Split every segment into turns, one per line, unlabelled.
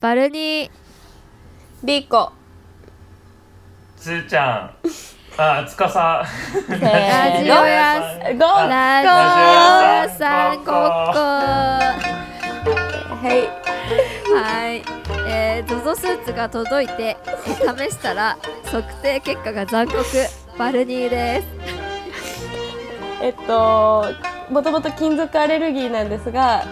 バルニー
リコ
つーちゃんあつかさ
せー
ラジオ
の
屋
ゴー
ラジオ屋さんごっこ
はい
はいえー、ZOZO スーツが届いてえー試したら測定結果が残酷バルニーです
えっともともと金属アレルギーなんですが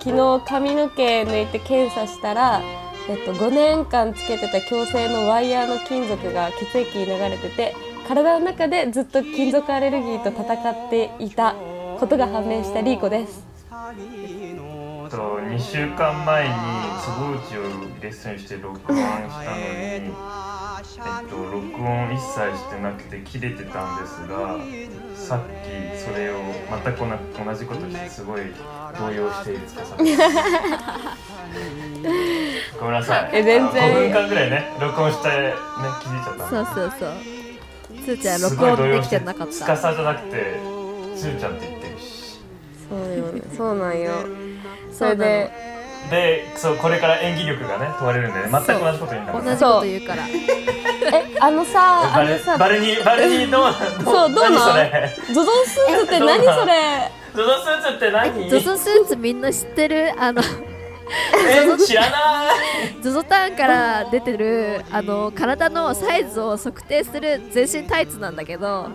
昨日髪の毛抜いて検査したら、えっと、5年間つけてた矯正のワイヤーの金属が血液に流れてて体の中でずっと金属アレルギーと戦っていたことが判明したリーコです
えっと2週間前に坪内をレッスンして録音したのに、えっと、録音一切してなくて切れてたんですがさっきそれをまたこな同じことしてすごい動揺しているつかさんですごめんなさい
え全然
5分間ぐらいね録音してね気づいちゃった
そうそうそうつーちゃん
す
録
ごい動
音で
揺
き
して
てなかっ
つか
た
さじゃなくてつーちゃんって言ってるし
そうよ、そうなんよそ
れ
れ
で
で
でそうこれから演技力がね問われるんでね全く同じこと言うんだ
同
か
じ
ら
こと言うから
えあのさあ
バ
の
ル
さ
バルニーバルニ ーどう
そうどう
何
なん
それ
ゾゾンスーツって何それ
ゾゾスーツって何
ZOZO スーツみんな知ってるあの
え知らない
ゾゾタウンから出てるあの体のサイズを測定する全身タイツなんだけど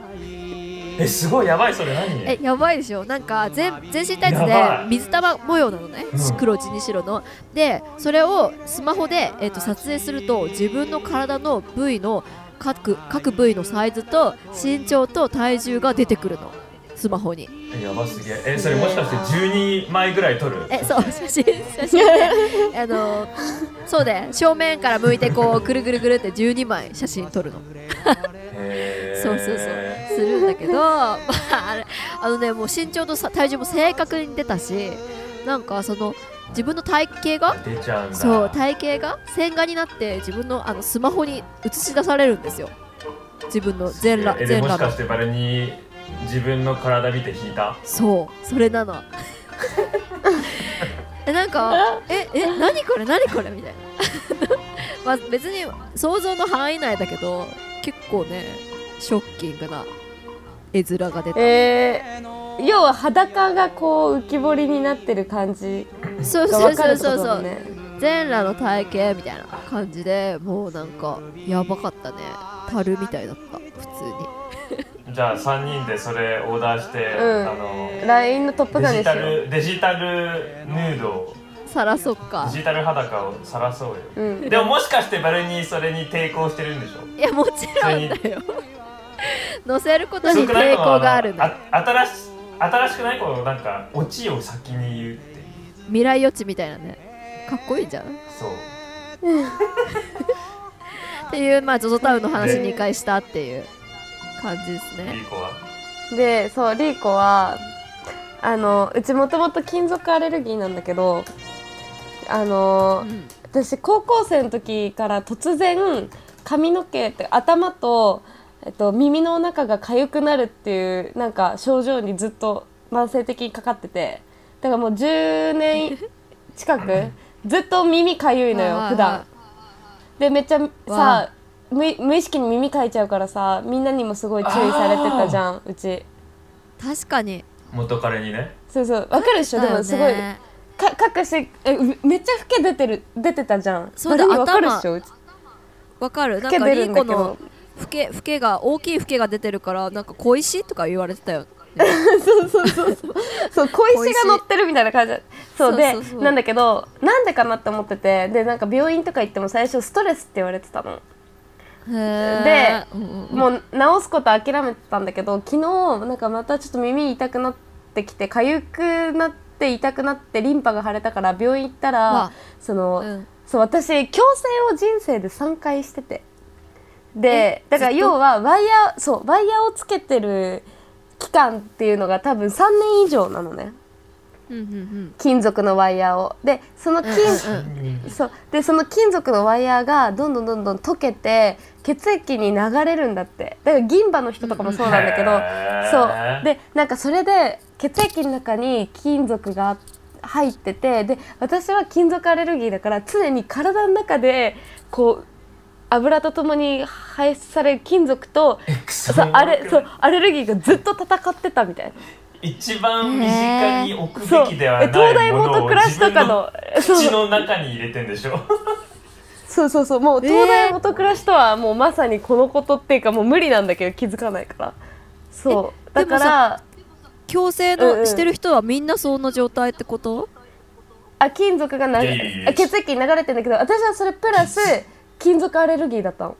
えすごいやばいそれ何
えやばいでしょなんか全全身タイツで
やばい
水玉模様なのね、
うん
黒地に白のでそれをスマホで、えっと撮影すると自分の体の部位の各各部位のサイズと身長と体重が出てくるのスマホに
えやばすげええそれもしかして12枚ぐらい撮る
えそう写真写真で あのそうで正面から向いてこうぐるぐるぐるって12枚写真撮るの
へー
そうそうそうするんだけど、まあ、あれあのねもう身長とさ体重も正確に出たしなんかその自分の体型が
出ちゃうんだ
そう体型が線画になって自分のあのスマホに映し出されるんですよ自分の全裸
えで
全
もし
裸
か
の
してバルニー自分の体見て引いた
そうそれな のえなんかええ何これ何これみたいな まあ別に想像の範囲内だけど結構ねショッキングな絵面が出て
えー、要は裸がこう浮き彫りになってる感じ
そう
が
そう
分か
そ
る
う
ってこ
そう
と
そ
だ
う、
ね
全裸の体型みたいな感じでもうなんかやばかったね樽みたいだった普通に
じゃあ3人でそれオーダーして、
うん
あの
LINE のトップガンで
デジ
す
タ
よ
ルデジタルヌードを
さらそっか
デジタル裸を晒そうよ
うん
でももしかしてバルニーそれに抵抗してるんでしょ
いやもちろんだよ 乗せることに
遅くない
抵抗があるの
あ新し新しくない子のなんかオチを先に言うっていう
未来予知みたいなねかっこいいじゃんっ
そう
ていうまあ ZOZO タウンの話2回したっていう感じです
い
ね
い子は
でそうリーコはあのうちもともと金属アレルギーなんだけどあの
うん
私高校生の時から突然髪の毛って頭と、えっと、耳の中が痒くなるっていうなんか症状にずっと慢性的にかかっててだからもう10年近くずっと耳痒いのよ
はいはいはい
普段でめっちゃ
わ
さ無無意識に耳かいちゃうからさみんなにもすごい注意されてたじゃんうち
確かに
元彼にね
そうそうわかるでしょ、でもすごい
だよね
か隠してえうめっちゃ老け出てる出てたじゃん
そうだ
誰にわかるでしょうち
わかるな
老
ん
け
か
出
リ
る
ン
ん
コ
だけど
のフケフケが大きいフケが出てるからなんか小石とか言われてたよ
そう小石が乗ってるみたいな感じだそうで
そうそうそう
なんだけどなんでかなって思っててでなんか病院とか行っても最初ストレスって言われてたの、
へー、
もう治すこと諦めてたんだけど昨日なんかまたちょっと耳痛くなってきて痒くなって痛くなってリンパが腫れたから病院行った
わ
らその、
うん
そう私矯正を人生で3回しててでだから
ずっと
要はワイヤーそうワイヤーをつけてる期間っていうのが多分3年以上なのね
うんうんうん
金属のワイヤーをでその金、
うん
そうでその金属のワイヤーがどんどんどんどん溶けて血液に流れるんだってだから銀歯の人とかもそうなんだけど、
へー
そうでなんかそれで血液の中に金属が入っててで私は金属アレルギーだから常に体の中でこう油とともに排出される金属と
えくそ
そうあれそうアレルギーがずっと戦ってたみたいな。
一番身近に置く
そう
べき
え
ではない
東大
も
元
のを
暮らし
自
と
分
か
の
のそう
口の中に入れてんでしょ
そうそうそうもう
えー
東大元暮らしとはもうまさにこのことっていうかもう無理なんだけど気づかないからそう
え
だ
でも
か
さ
ら
強制
うんう
の
ん
してる人はみんなそんな状態ってこと
あ金属がない
やいやいや
あ血液流れてんだけど私はそれプラス金属アレルギーだったの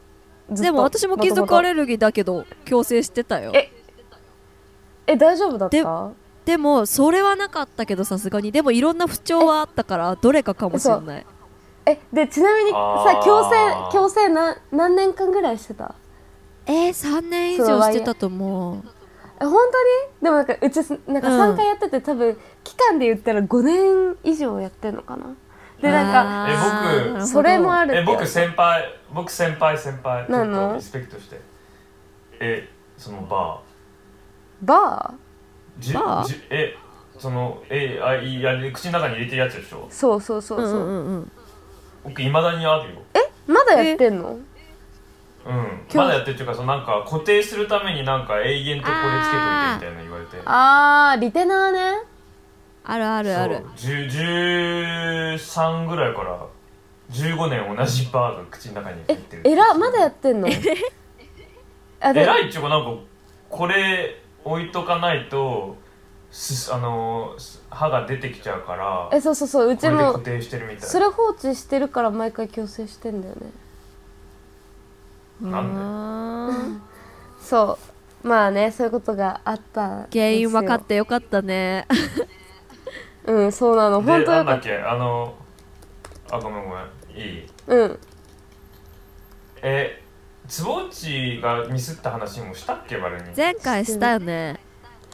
ずっと
でも私も金属アレルギーだけど強制してたよ
ええ大丈夫だっ
で
た
でもそれはなかったけどさすがにでもいろんな不調はあったからどれかかもしれない
えでちなみに
あ
さ
ー
強制強制な何年間ぐらいしてた
えー、3年以上してたと思う
え本当にでもなんかうちすなんか
うん
3回やってて、多分期間で言ったら5年以上やってんのかなでなんか
あー
え
な
僕
るほど
それもあるって
え僕先輩僕先輩先輩ちょ
な
っと
の
リスペクトしてえそのバ
バ
ーじゅ
バー
じゅえそのえあいいや口の中に入れてるやつでしょ
ーそうそうそう
う
そ
んう
う、
んうん
僕いまだにあるよ
まだやってんの
うん
日
まだやってるっていうかそのなんか固定するためになんか永遠とこれつけといてみたいな言われて
あーリテナーね
あるあるある
そう10 13ぐらいから15年同じバーが口の中に入ってる
えらまだやってんのあ
えらいっていうかなんかこれ置いとかないとすあのす歯が出てきちゃうから
えそうそうそうう
こ
ち
れで固
も
定してるみたい
それ放置してるから毎回矯正してんだよね
なんだよ
あ
そうまあねそういうことがあったん
ー
ですよ
原因分かってよかったね
うんそうなの本
で
当
な
よ
ん
か
だ
っ
っけあのあごめんごめんいい
たうん
え坪内がミスった話もしたっけバルに
前回したよね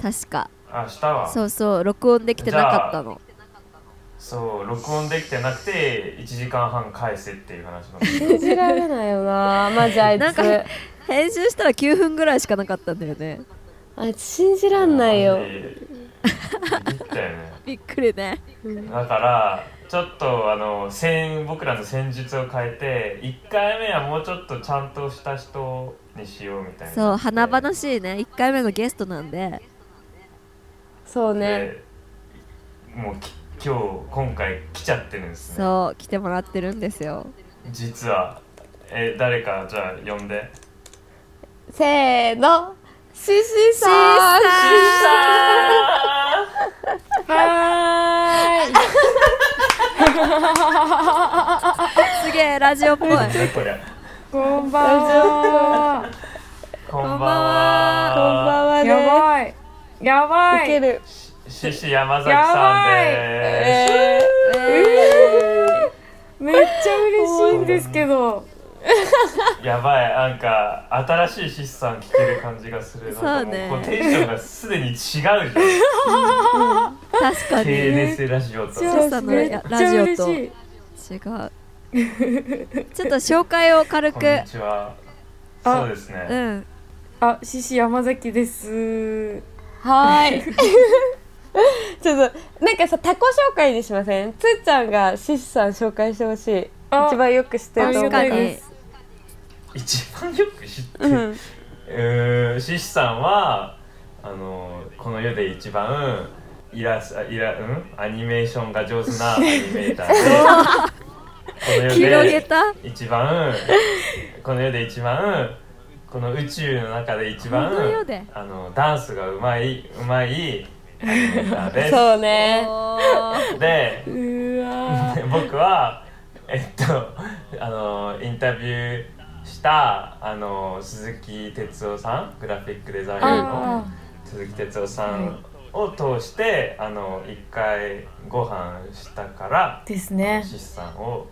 確か
あしたわ
そうそう録音できてなかったの
そう録音できてなくて1時間半返せっていう 話の
信じられないよ なマジあいつ
なんか編集したら9分ぐらいしかなかったんだよね
あいつ信じらんないよ
言ったよね
びっくりね
だからちょっとあの戦僕らの戦術を変えて1回目はもうちょっとちゃんとした人にしようみたいな
そう華々しいね1回目のゲストなんで
そうね
でもうき今日今回来ちゃってるんですね
そう来てもらってるんですよ
実はえ誰かじゃあ呼んで
せーのシーシー
シー
さん
すげえラジオ っぽい
さんなんだ これ
こんばんは。
こんばん
こんばん
は
はね
やばい。やば
いけ
い。
る
シシ山崎さんで
え
めっちゃ嬉しいんですけど。
すやばいなんか新しいシシさん聞ける感じがするなんかも
そうね
こテンションがすでに違うじゃん
確かに
KNS ラジオと
ー
シャさんの
めっちゃ嬉しい。
違うちょっと紹介を軽
こ
く
んにちは
あ
そうですね
うん
あ、獅子山崎です。
はーい。 ちょっとなんかさタコ紹介にしません。つーちゃんがシシさん紹介してほしい。
あ
一番よく知ってると思
確
う
か
ありがたい
に
です
一番よく知って
う
る
ん。
うーんシシさんはあのこの世で一番イラスあイラうんアニメーションが上手なアニメーターでこの世
広げ
で
た
一番この世で一番この宇宙の中で一番
この世で
あのダンスがうまいうまいアニメーターで す。
そうね。
おー
で
うわ
で 僕はえっとあのインタビューしたあの鈴木哲夫さんグラフィックデザイナーの
あ
鈴木哲夫さんを通してあの一回ご飯したから
ーですね。
シスさんを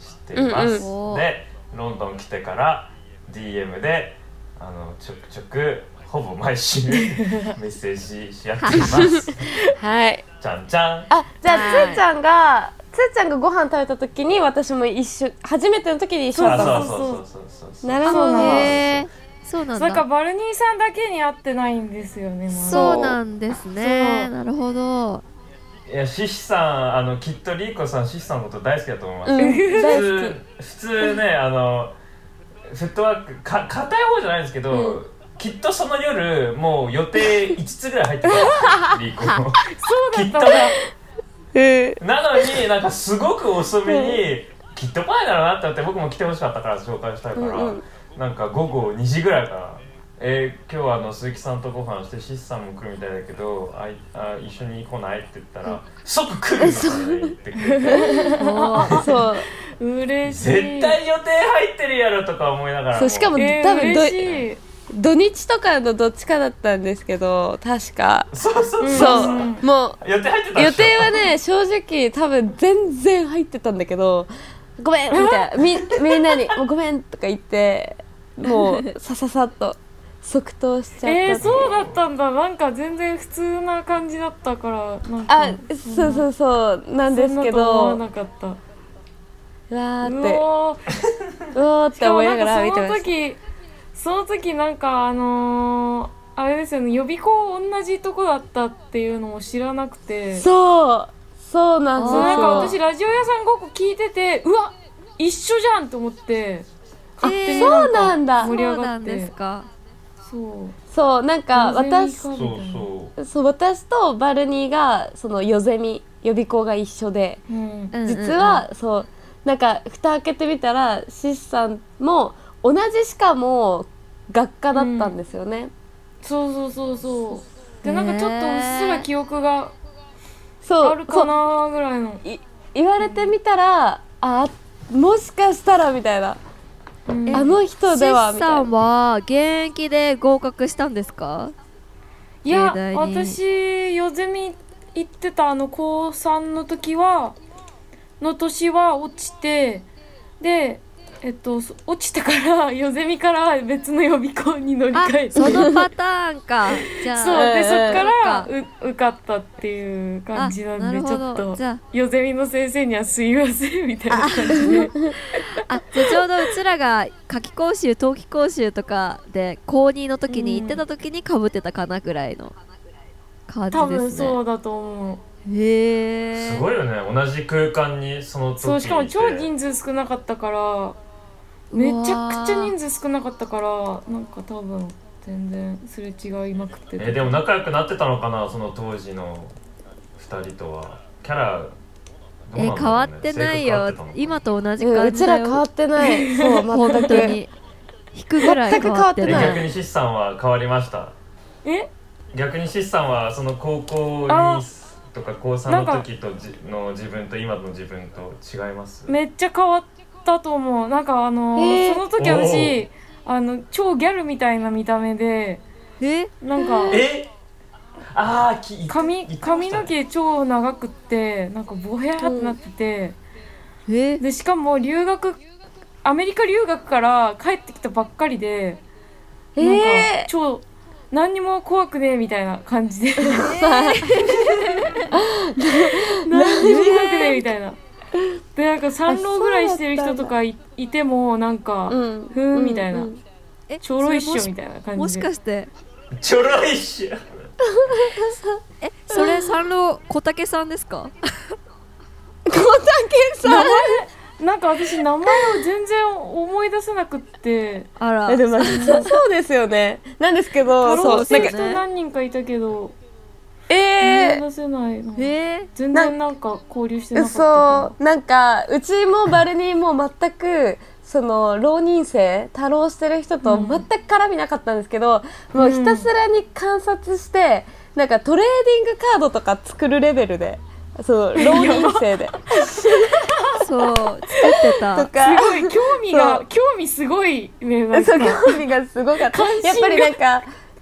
知っています、
うんうん
でロンドン来てから DM であのちょくちょくほぼ毎週メッセージし合っています
はい。
ちゃんちゃん
あじゃあ
はい
つーちゃんがつーちゃんがご飯食べた時に私も一緒初めての時に一緒だった
あ
の。
そうそうそうそうそう
なるほ
そう
ど
なん
ね。
へーそうなん
なんか
だ
バルニーさんだけに会ってないんですよね。まだ
そうなんですね
そう
なるほど
いやシシさんあのきっとリーコさんシシさんのこと大好きだと思います、
うん、大好
普通普通ねあのフットワークか硬い方じゃないんですけど、
うん
きっとその夜もう予定5つぐらい入ってたんですよリーコも
そうだったん
きっ
だ
き。え
なのになんかすごく遅めにきっとパイだろうなって思って僕も来てほしかったから紹介したいから、
うんうん
なんか午後2時ぐらいから「えー今日はあの鈴木さんとご飯してシスさんも来るみたいだけどあいあ一緒に来ない?」って言ったら「即来るのから言って くれて。
ー、そう。
嬉しい
絶対予定入ってるやろとか思いながら
そうしかも
え
多
ー、
分ど
嬉しい
土日とかのどっちかだったんですけど確か、
そうそうそ
そ
う
う、
そう
も
予定入って
う
たでしょ
予定はね正直多分全然入ってたんだけど「ごめん」みたいな みみんなに「もうごめん」とか言ってもうさささっと即答しちゃったっていう
えー、そうだったんだなんか全然普通な感じだったからなんか
あそうそうそうなんですけど
そんなと思わなかった
うわーっ
う
て
おー
うおーっ
してかも
思いな
な
んが
からそ
見てま
の
した
時その時なんかあのー、あれですよね予備校同じとこだったっていうのを知らなくてう
そうそうなんです
あー
なんか私
よ
ラジオ屋さんごっこ聞いててうわ一緒じゃんと思って勝手に
えー
な
そ
ん
う
か
なんだ
盛り上
そう
が
な
っ
ん
て
ですか
そう
そうなんか私
そう
そうそ
そう私とバルニーがそのヨゼミ予備校が一緒で
うん
うんうんうん
実は、そうなんか蓋開けてみたらシスさんも同じしかも学科だったんですよね、
そうそうそうそうでなんかちょっとうっすら記憶が
そう
あるかなぐらいの
そうい言われてみたらあもしかしたらみたいな、
うん
あの人では
シス
みた
さ
い
ん
な
は現役で合格したんですか
いや
盛大に
私よゼミ行ってたあの高3の時はの年は落ちてでえっとそ落ちてから よゼミから別の予備校に乗り
あ
換えて
そのパターンか じゃあ
そうで
えー
そっか
そ
ら
っか
う受かったっていう感じなん
あな
で
るほ
ち
ど
ょっと
じゃ
よゼミの先生にはすいませんみたいな感じで
あじゃあちょうどうちらが夏季講習冬季講習とかで高2の時に行ってた時にかぶってたかなぐらいの感じ
多
で
分
すね
そうだと思
へ
う
う
え
すごいよね同じ空間にその時
そうしかも
いて
超人数少なかったからめちゃくちゃ人数少なかったからなんか多分全然すれ違いまくってた
えでも仲良くなってたのかなその当時の2人とはキャラどう
え
なんだろうね
変わってないよ
性格変わってたのかな
今と同じ
うん
感
う
じだ
ちら
よ
変わってないそう
本
全
当
く
に引くぐらい変わって
え
全く変わっ
な
逆
い
にシスさんは変わりました
え
逆にシスさんはその高校
あ
にとか高3の時とじの自分と今の自分と違います
めっちゃ変わったと思うなんかあの
え
ー
ー
その時
お
私
ー
あの超ギャルみたいな見た目で
え
なんか
えああき言
髪
ってま
髪
したね
の毛超長くってなんかボヤーってなってて、
え
でしかも留学アメリカ留学から帰ってきたばっかりで
え
なんか
え
超何にも怖くねえみたいな感じで 何にも怖くねえみたいなでなんか三浪ぐらいしてる人とかいいてもなんか、
うん
ふーんみたいな、
うん
え
ちょろいっし
それも
ょ
し
みたいな感じで
もしかして
ちょろいっしょ
えそれ三郎小竹さんですか
小竹さん
なんか私名前を全然思い出せなくって
あら
えでもまあそうそうですよねなんですけど
太
そう
郎
な
して
ん
る
か
人何人かいたけど
え
思
え
い出せないな
え
全然なんか交流してなかった
そ
か
うなんかうちもバルニーも全くその浪人生多浪してる人と
うん
全く絡みなかったんですけど、もうひたすらに観察してなんかトレーディングカードとか作るレベルでその浪人生 で
そう作って
と
た
から
すごい興味
そ
が
う
興味すごいねなん
そう
か
興味がすごかった
関心が
やっぱりなんか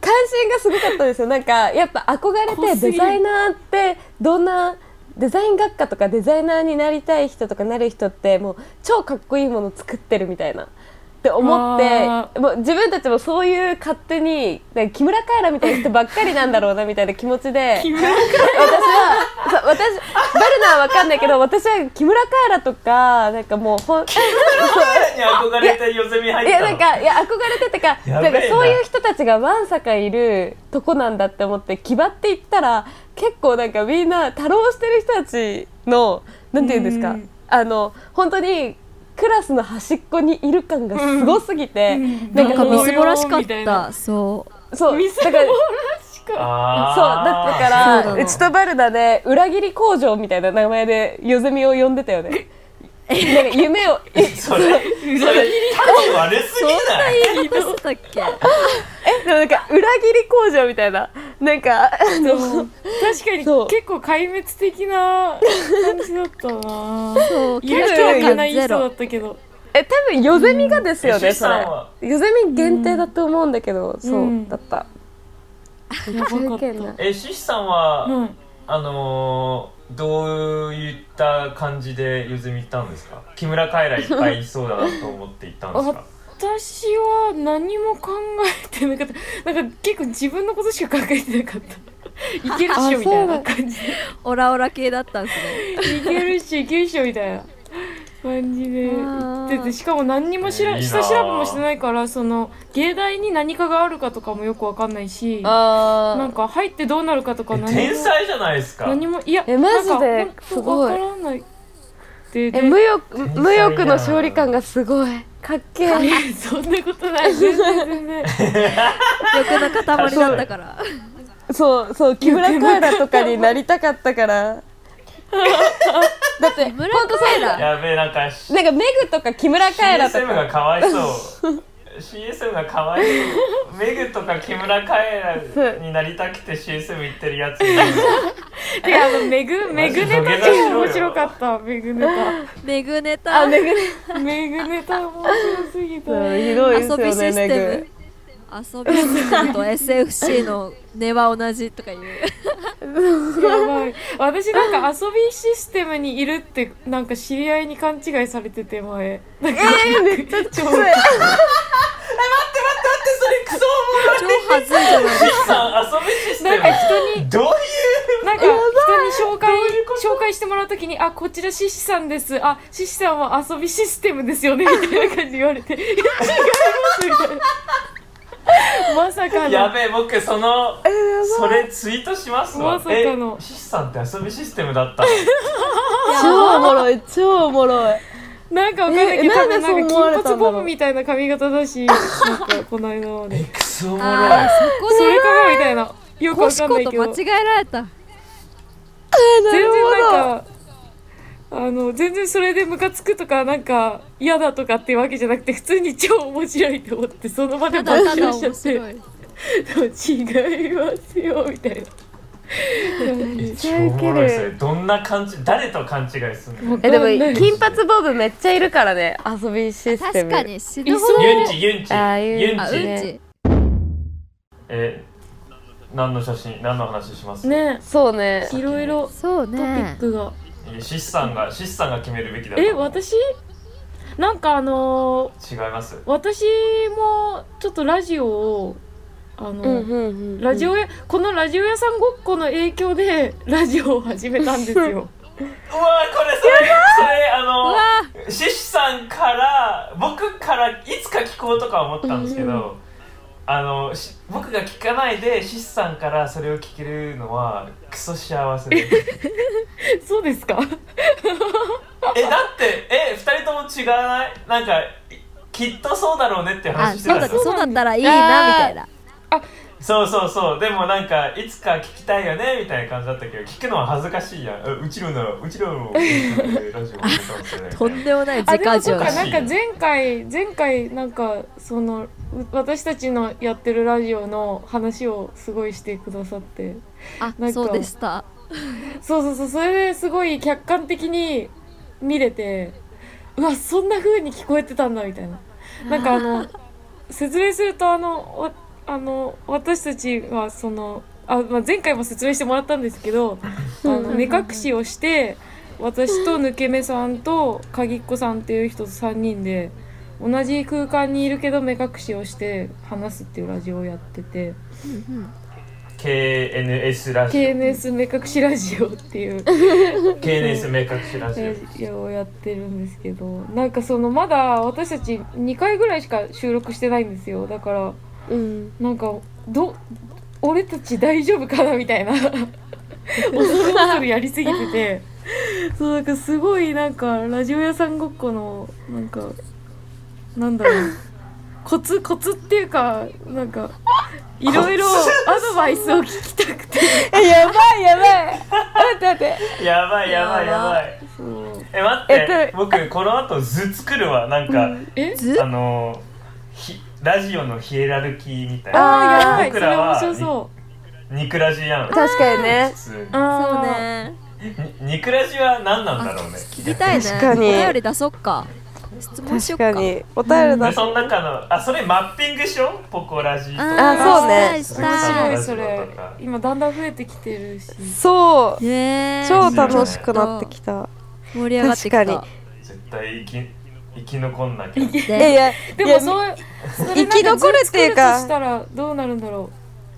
関心がすごかったですよなんかやっぱ憧
濃
れ
すぎ
て
る
デザイナーってどんなデザイン学科とかデザイナーになりたい人とかなる人ってもう超かっこいいもの作ってるみたいなって思
あ
ってもう自分たちもそういう勝手になんか木村カエラみたいな人ばっかりなんだろうなみたいな気持ちで
木村
私はそう私誰なはわかんないけど私は木村カエラとかなんかもうほん
に憧れたヨゼミ入
い
っ
や
た
なんかいや憧れててか
や
な
べえなん
かそういう人たちがわんさかいるとこなんだって思って気張っていったら結構なんかみんな多労してる人たちのなんて言うんですか、
うん
あの本当にクラスの端っこにいる感がすごすぎて、
うん
な
なんん
か
か
み
もう
すぼらしかっ
みたい
た
な
そう
そう
みす
だ
ぼら
から
しか
あ
そうだ
そうな
ったか
ー
ら
の
うちとバルダで裏切り工場みたいな名前でヨゼミを呼んでたよね。なんか夢をえ
それそれ多分悪すぎない
言いましたっけ
えでもなんか裏切り工場みたいななんかあの
そう確かに
そう
結構壊滅的な感じだったな
そう
いる人
キャ
はい
ラ
な
感
い人
ゼ
だ
ロ
ったけど
え多分ヨゼミがですよね、
う
それ
ん吉さんは
ヨゼミ限定だと思うんだけど、そう、
うん
だった
やばか
条
っ
件な
た
えシシさんは、
うん
あのー、どういった感じでゆずみ行ったんですか木村カエラいっぱいいそうだなと思って行ったんですか
私は何も考えてなかったなんか結構自分のことしか考えてなかったいけるっしょみたいな感じで
オラオラ系だったんですね
いけるっしょいけるっしょみたいな感じで行って
あ
て
ー
しかも何にも知ら
いいな
下調べもしてないからその芸大に何かがあるかとかもよくわかんないし
あ
なんか入ってどうなるかとか
え
何も
天才じゃないですか
何もいや
えマジで
なんか
すごい
本当わからないで
え
で
無欲
天才だ
無欲の勝利感がすごいかっけえ
え そんなことない全然全然
欲の塊だったから
そうそう木村カエラとかになりたかったからだって
木 村カエラ
やべえなんかし
なんかメグとか木村カエラと
CSM
か
がかわいそう CSM がかわいそうメグとか木村カエラになりたくて CSM 行ってるやついる
てかあ のメグメグネタ超面白かったメグネ
メグネタ
あ
遊
メグね
タメグネタ面白すぎた
そうひどいですよ
び
ね
シス
メ
テ
グ
ム遊びシステムと SFC の根は同じとかいう
やばい私なんか遊びシステムにいるってなんか知り合いに勘違いされてて前なんかめっちゃ超
超はずいじゃない
シシさん遊びシス
な
テ
んか人に
ムどういう
なんか人に紹介紹介してもらうときに「あこちらシシさんですあシシさんは遊びシステムですよね」みたいな感じで言われて「いや違います」みたいなまさか
や
の
べえ僕そのそれツイートしますわ
まさかの
えシシさんって遊びシステムだったの
超おもろい超おもろい
なんかわかんないけ
え
ど多分
なんでそう
なん
思われ
か金
たんだろ
髪
う
ボブみたいな髪型だしなんかこの間まで
えクソおもろい
あーそこ
そ
で
れかなみたいなよく
コ
わ
シ
かんな
コ
い
と
けど
間違えられた
全然なんかあの全然それでムカつくとかなんか嫌だとかっていうわけじゃなくて普通に超面白いと思ってその場で
た
爆
だただ
笑しちゃ
面
って
白い
違いますよみたい
え超おもろいそれどんな感じ誰と勘違いするの
な。
えでも
わかんない
金髪ボブめっちゃいるからね遊びシステ
確
ム
かに死ぬほ
い
ど
そう
ユンチユンチ
あーユンチ
ユン
あうん
チ
ち
え何の写真何の話します
ね
そうね
いろいろ
そう
トピ
ね
ックが。
いやシスさんがシスさんが決めるべきだと思う
え私なんかあの
違います
ー私もちょっとラジオをあの、
うんうんうん
ラジオ屋このラジオ屋さんごっこの影響でラジオを始めたんで す
う
よ。
わーこれそれそれあのシシさんから僕からいつか聞こうとか思ったんですけど、あのし僕が聞かないでシシさんからそれを聞けるのはクソ幸せです
そうです
え
か。
だってえ二人とも違わないなんかいきっとそうだろうねって
あ
話して
そう
た
だ
で
っ
す
たそ
よ
うだったらいいなみたいな
そうそうそうでもなんかいつか聞きたいよねみたいな感じだったけど聞くのは恥ずかしいやんううちらのうちらのラジオのことかもしれない
とんでもない
あ
自
でも
家
そ
上
っかなんか
自家
前回前回なんかそのう私たちのやってるラジオの話をすごいしてくださって
あ
か
そうでした
そうそうそうそれですごい客観的に見れてうわそんな風に聞こえてたんだみたいななんか あの説明するとあのわあの私たちはそのあ、まあ、前回も説明してもらったんですけどあの目隠しをして私と抜け目さんと鍵っ子さんっていう人と3人で同じ空間にいるけど目隠しをして話すっていうラジオをやってて
うんうん
KNS ラジ
KNS 目隠しラジオっていう
オ KNS 目隠しラジ
ラ
オ
ジオをやってるんですけどなんかそのまだ私たち2回ぐらいしか収録してないんですよだから
うん
なんかど俺たち大丈夫かなみたいな恐る恐るやりすぎててそうなんかすごいなんかラジオ屋さんごっこのなんかなんだろうコツコツっていうかなんかいろいろアドバイスを聞きた くて
えやばいやばい待って待って
やばいやばいやばい
そう
え待って、
えっと
僕この後図作るわなんか、
え
ず
あのひラジオのヒエラルキーみたい
あ
な
あやばいそ
僕
れ
らは
面白そう
肉ラジやん
確かにね
普通
あ
そう
ー
ね
に肉ラジは何なんだろうね
聞きたいね
確かに
お便り出そっか質問しよ
確
っか
かにお便り
で
だ
その中のあそれマッピングしようポコラジとか
あそうね
し
面
た
面
い
白いそれ今だんだん増えてきてるし
そう
ねえ
超楽しくなってきた
盛り上がってきた
確か
絶対生き生き残んなきゃ
えい
で
や
で
いや
もそうそれなんか
生き残るっていうか
ずっと作るとしたらどうなるんだろ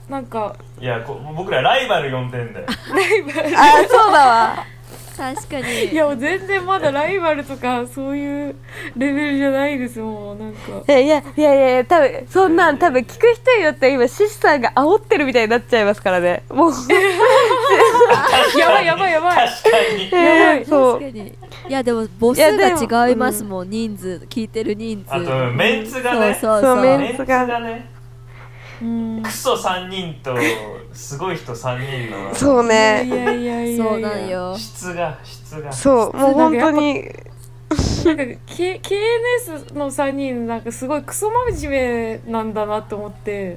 うなんか
いやこ僕らライバル呼んでんだよ
あそうだわ
確か
い
に
や全然まだライバルとかそういうレベルじゃないですもんなんか
いやいやいやいや多分そんなん多分聞く人によっては今シシさんが煽ってるみたいになっちゃいますからねもう
やばいやばいやばい
確かに
やばい
そ
確
う
かにいやでも母数が違いますもん人数聞いてる人数
あとメンツがね
そう
そ
そうう
メ
そ
ン
う
メンツがね
うん
クソ3人とすごい人3人の
そう
いや
ね
いやいやいやいや
そうなんよ
質が質が
そうもう本当に
なんか、K、KNS の3人なんかすごいクソ真面目なんだなと思って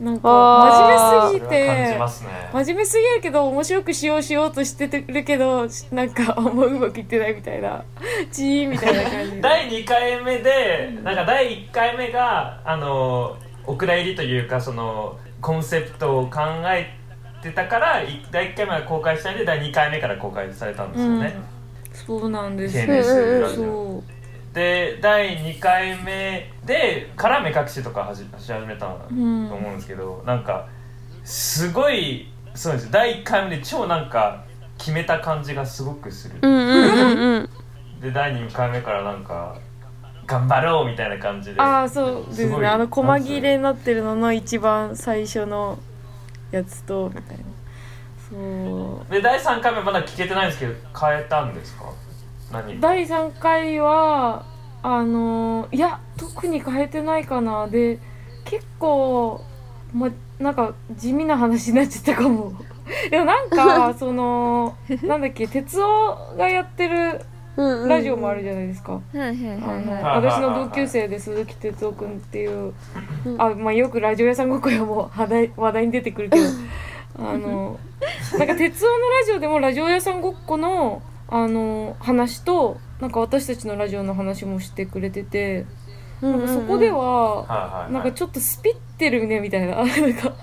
なんか
あ
真
ー
面目す
そ
ぎ
れは感じ
て
ますね
真面目すぎるけど面白くしようしようとしてるけどなんかあんまうまくいってないみたいなチーンみたいな感 じ
第2回目でなんか第1回目があのお蔵入りというかそのコンセプトを考えてたからい第1回目は公開したいんで第2回目から公開されたんですよね、
そうなんですよ
KNS ラジオ
そう
で第2回目でから目隠しとか始し始めたと思うんですけど、なんかすごいそうです第1回目で超なんか決めた感じがすごくする、
うんうんうんうん
で第2回目からなんか頑張ろうみたいな感じで
ああそうです
すごい
ねあの細切れになってるのの一番最初のやつとみたいなそう
で第3回目まだ聞けてないんですけど変えたんですか何
第3回はあのいや特に変えてないかなで結構まなんか地味な話になっちゃったかも でもなんかそのなんだっけ哲夫がやってる
うんうん
ラジオもあるじゃないですか、
はいはい
あ
はい
の
は
はい
私の同級生で鈴木哲夫君っていう、あまあ、よくラジオ屋さんごっこやも話題話題に出てくるけどあ のなんか哲夫のラジオでもラジオ屋さんごっこのあの話となんか私たちのラジオの話もしてくれてて、
うんうんうん
そこでは
はいはいはい
なんかちょっとスピってるねみたいな なんかなんか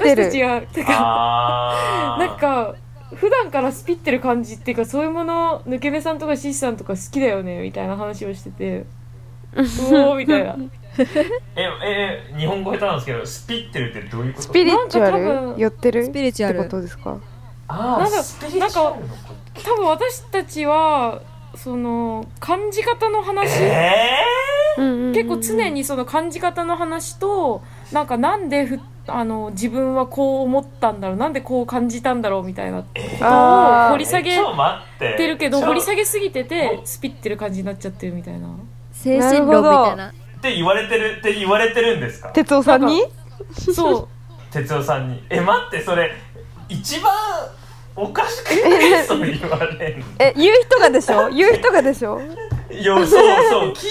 て
私
る
たちがなんか
あー
なんか普段からスピってる感じっていうかそういうもの抜け目さんとかシシさんとか好きだよねみたいな話をしててうおーみたいな
ええ日本語下手なんですけどスピってるってどういうこと
スピリチ
なんか多
ュアル
分
寄ってる
いスピリチュア
ってこ
ル
とですか
あ
な
あ
んか
スピリチュアルのこ
多分私たちはその感じ方の
と
話
え
結構常にその感じ方の話となんかなんでふあの自分はこう思ったんだろうなんでこう感じたんだろうみたいなことを
あー
掘
ー、
り下げ
えちょっと待って
てるけど
ちょ
掘り下げすぎてて
お
スピってる感じになっちゃってるみた いな。
精神論みたいな
って言われてるって言われてるんですか
哲夫さんに
そう
哲夫さんにえ待ってそれ一番おかしくないそう言われる
え言う人がでしょ言う人がでしょ
よそうそう聞い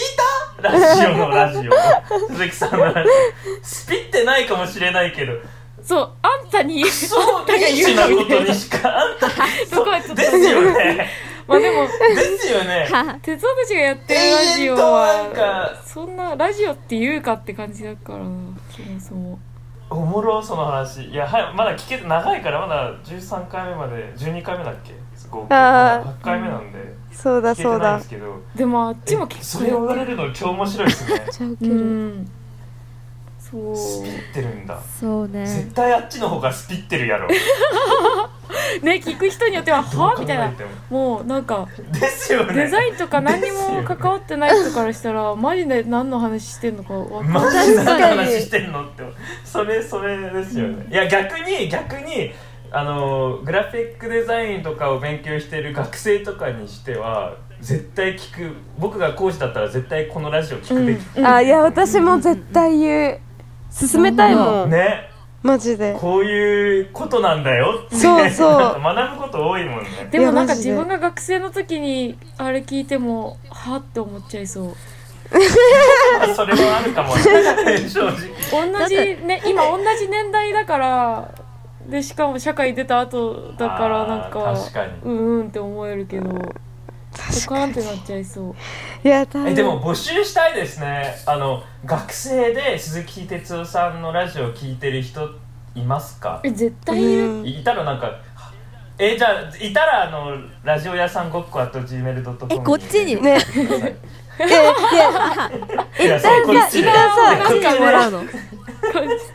たラジオのラジオ鈴木さんのラジオスピってないかもしれないけど
そうあんたに
そうニッチなことにしかあんた
そこはちょっと
ですよね
まあでも
ですよね
鉄夫たちがやってるラジオ
永遠となん
は
か
そんなラジオっていうかって感じだからなそもそも
おもろその話いやはいまだ聞けて長いからまだ13回目まで12回目だっけ合計8回目なんで
そうだ
聞け
そ
て
う
ないん
だ
ですけど
でもあっちも
えそ
結構
れ
や
を
って
られるの超面白いですね
じゃあウケ
う
る
んそう
スピってるんだ
そうね
絶対あっちの方がスピってるやろ
ね聞く人によっては「
どう
は
考
み
え
たいな
ても
もうなんか
ですよね
デザインとか何にも関わってない人からしたらマジで何の話してんのかわかんない
マジで何の
確か
話
に
してんのってそれそれですよねいや逆に逆にあのグラフィックデザインとかを勉強してる学生とかにしては絶対聞く僕が講師だったら絶対このラジオ聞くべき、
あいや私も絶対言う進めたいもん、
ね
マジで
こういうことなんだよって
そうそう
学ぶこと多いもんね
でもなんか
いやマジ
自
で
分が学生の時にあれ聞いてもはって思っちゃいそう
ま あそれもあるかもね正直
同
だっ
じ
て
ね今同じ年代だからでしかも社会出た後だからなんか
あー確かに
うんうんって思えるけどポカーンってなっちゃいそう
いや大
え
変
でも募集したいですねあの学生で鈴木哲夫さんのラジオを聞いてる人いますか
え絶対いる、
うん
いたらなんかえじゃあいたらあのラジオ屋さんごっこ at gmail.com
えこっちに
ねえ
いやそうこっちで
一旦さ
こ
何
っちで
がもらうの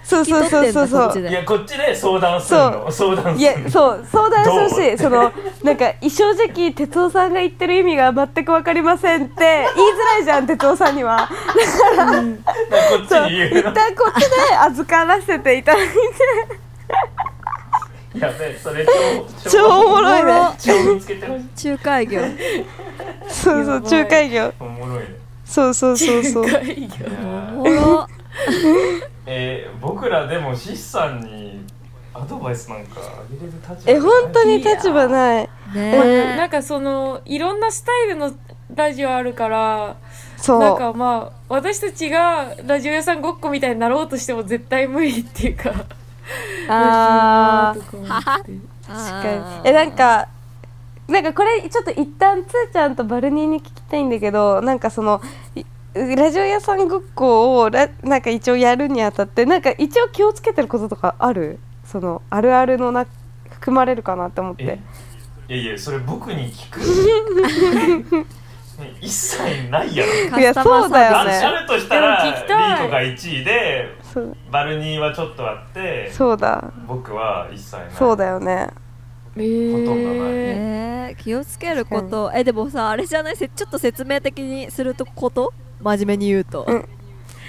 そうそうそうそうそ
聞
う
き取ってんだこっちで
いやこっちで相談するの相
い
談する
やそう相談してほし
どう
いそのなんか「正直哲夫さんが言ってる意味が全く分かりません」って言いづらいじゃん哲夫さんには
こっち
そう
に言
一
うの
旦こっちで預からせていただいて
やべえそれ超
超おもろいね
超見つけてる
仲介業
そうそう仲介業
おもろいね
そうそうそう そう
仲介業
いやー
おもろ
えー僕らでもシスさんにアドバイスなんかあげれる立場じゃない
え本当に立場ない
ね
なんかそのいろんなスタイルのラジオあるからなん
そ
かまあ私たちがラジオ屋さんごっこみたいになろうとしても絶対無理っていうか
うあー
とか思って
確
確かにえなんかなんかこれちょっと一旦つーちゃんとバルニーに聞きたいんだけどなんかそのいラジオ屋さんごっこをラなんか一応やるにあたってなんか一応気をつけてることとかあるそのあるあるのな含まれるかなって思って
えいやいやそれ僕に聞く ね一切ないやろ
カ
いや
スタマーサービス
そうだよ
あ
ね
あるとしたら
でも聞きたい
リーコが1位で
そう
バルニーはちょっとあって
そうだ
僕は一切ない
そうだよね
ほとん
え
どない
ー、
えー、気をつけることえでもさあれじゃないせちょっと説明的にするとこと真面目に言うと、
うん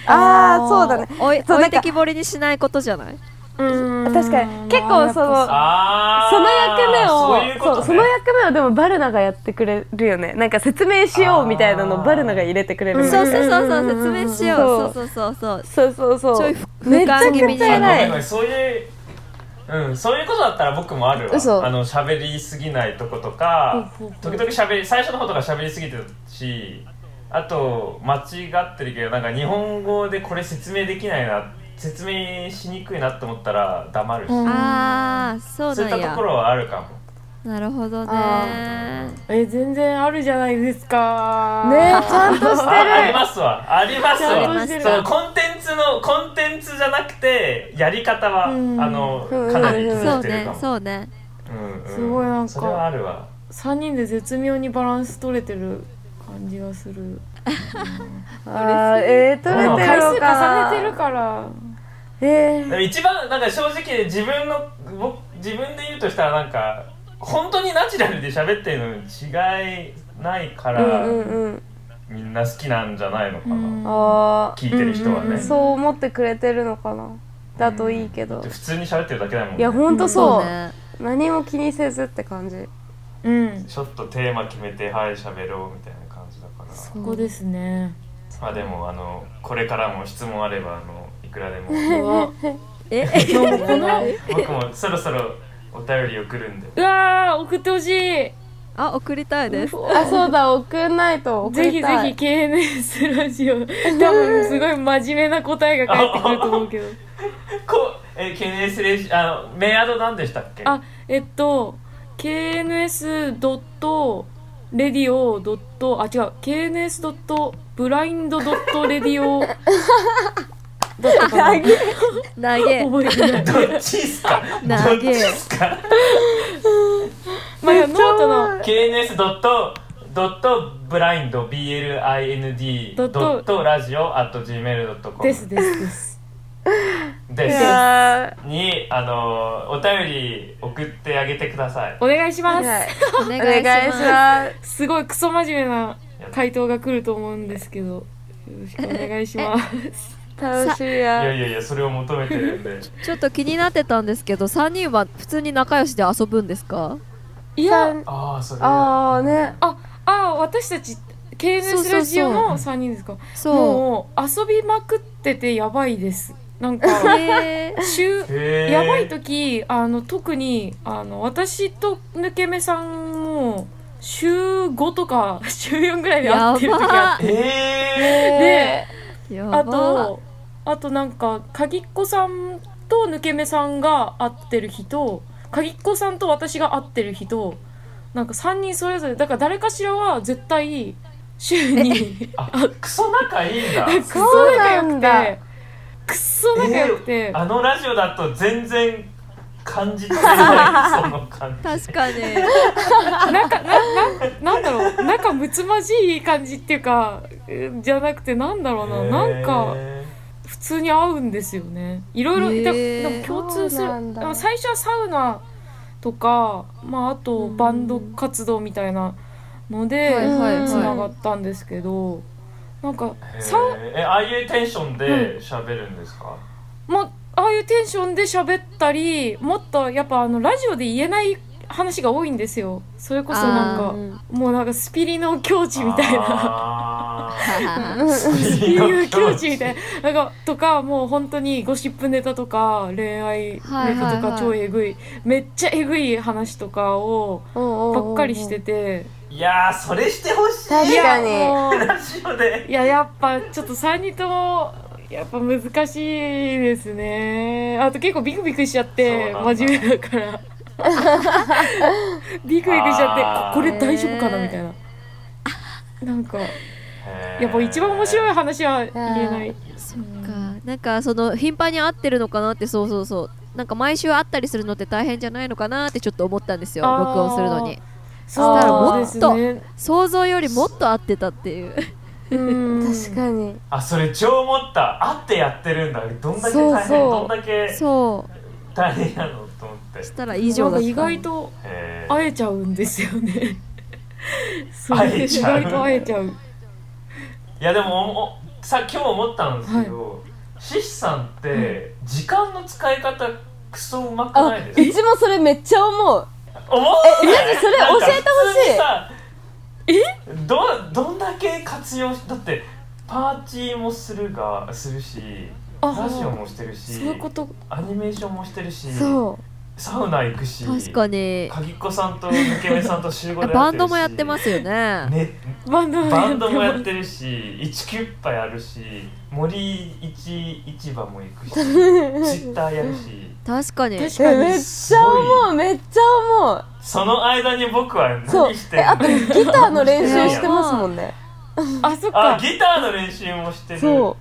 ああそうだね
おい
そう
置
ないん
て
か
きぼりにしないことじゃない
うん
確かに結構その
まあやっぱ
あー
その役目を
そういうこと、ね、
そうその役目をでもバルナがやってくれるよねなんか説明しようみたいなのをバルナが入れてくれる
そ
の
うそうそうそう説明しようそ
そう
そうそう
そうそうそう
ちょい俯
めっちゃ
瞰
く
気味に
ちゃ
あごめ
偉
んご
い
めんそういううん、そういうことだったら僕もあるわ
嘘
あの喋りすぎないとことか
ほうほうほ
時
う
々喋り最初の方とか喋りすぎてたしあと間違ってるけどなんか日本語でこれ説明できないな説明しにくいなって思ったら黙るし、
う
そ
ん
うああそう
そう
ないん
ったと
や
ころはあるかも
なるほど
あ
ね
え全然あるじゃないですか
ねちゃんとし
ああり
てる
ますわあります
ちゃん
わ
としてる
そのコンテンツのコンテンツじゃなくてやり方は、
うん
あの
うん
かなり工
そ
夫
う
してる
ね
かも、
そうね
うんうん
すごいなんか
それはあるわ
3人で絶妙にバランス取れてる感じがする
あーえー、取れ
うん
て
回
る
数
のか
重ねてるから
え
でも一番なんか正直自分の僕自分で言うとしたらなんか本当にナチュラルで喋ってるのに違いないか
ー、う
ら、
んうんうん
みんな好きなんじゃないのかな、
あ
聞いてる人はね、
うんうん
あ
ん
そう思ってくれてるのかなだといいけど
普通に喋ってるだけだもん、ね、
いやほんとそう、
ね
何も気にせずって感じ
うん
ちょっとテーマ決めてはい喋ろうみたいな感じだから
ここですね
まあでもあのこれからも質問あればあのいくら でも
うわ
え
この
僕もそろそろお便り送るんで
うわー送ってほしい
あ送りたいです
あそうだ送んないと送
ぜひ
り
ぜ
たい
ひ KNS ラジオ多分すごい真面目な答えが返ってくると思うけど
こえ KNS レジあのメアド何でしたっけ
あえっと KNS.radio. あ違う KNS.blind.radio.
投げ
覚えてない
どっちっすか
投
どっ
げ
ちっすか
まあ、ノートの
KNS ドットドットブラインド BLIND
ド
ド
ット
ットラジオ at gmail.com
ですですです
で
い
す
や
にあのお便り送ってあげてください
お願いし
ー
ま
はい
お願
お願い
いします
します
すすごいクソ真面目な回答が来ると思うんですけどよろしくお願いします
楽しい
いや
や
いやいやそれを求めてるんで
ちょっと気になってたんですけど3人は普通に仲良しで遊ぶんですか
い
さ
や
ん
ああそれ
ああね
ああ私たち KNS ラジオ
そう
の3人ですか
そ
もう遊びまくっててやばいですなんか
う へえ
週
へえ
やばい時あの特にあの私と抜け目さんも週5とか 週4ぐらいで会ってる時あって
へえ
で
やば
あとあとなんか鍵っ子さんと抜け目さんが会ってる日と鍵っ子さんと私が会ってる日となんか3人それぞれだから誰かしらは絶対週に
あクソ仲いいんだ
クソ仲良
そうな
く
んだ
てクソ仲良くて。
えーあのラジオだと全然感じてない その感じ
確かに
なんかなななんだろうなんかむつまじい感じっていうかえーじゃなくてなんだろうな、なんか
へ
普通に合うんですよねいろいろ、
へー
でもでも共通する
そうなんだ
でも最初はサウナとか、まあ、あとバンド活動みたいなので
はいはいはい
つながったんですけど、なんか
え
サウ
えああいうテンションで喋るんですか、
まああいうテンションで喋ったりもっとやっぱあのラジオで言えない話が多いんですよそれこそなん
あ
かもうなんかスピリの境地みたいな。
な
って いう境地みたいななんかとかもう本当にゴシップネタとか恋愛ネ
はい
タと
は
か
い
超えぐいめっちゃえぐい話ばっかり話をばっかりしてて
いやーそれしてほしい
確か
い
に
やもう
ラジオで
いややっぱちょっと3人ともやっぱ難しいですねあと結構ビクビクしちゃって
そうなんだ
真面目だから ビクビクしちゃ
あー
ってこれ大丈夫かなみたいななんかやっぱ一番面白
い
い話は言えない
そっかなんかその頻繁に会ってるのかなってそうそうそうなんか毎週会ったりするのって大変じゃないのかなってちょっと思ったんですよ
あー
録音するのに
そう
そう
ですね
想像よりもっと会ってたって いう
うん
確かに
あそれ超思った会ってやってるんだどんだけ
そう
大変
そう
どんだけ
そう
大変なのと思って
したら以上だった
なんか意外と
へー
会えちゃうんですよ ねそう
会え
意
ちゃう
外と会えちゃう
いやでもおさ今日思ったんですけど、シシさんって時間の使い方クソうまく
あ
ないです
う
か
ちもそれめっちゃ思う
思うね
マジそれ
なんか
教えてほしい
普通にさえどどんだけ活用しだってパーティーもするがするし
あ
ラジオもしてるし
そういうこと
アニメーションもしてるし
そう
サウナ行くし
確かに
鍵っ子さんと抜け目さんと集 合で会ってるし
バンドもやってますよね
ね、
バンドも
バンドもや
ま
っ
す
てるし一キュッパやるし森市市場も行 くしツイッターやるし
確かに
確
え
か
め
に
っちゃ思うめっちゃ思う
その間に僕は
そう
何して
え
るの
あとギターの練習してますもんね
あそっ
あ
か
ギターの練習もしてる
そ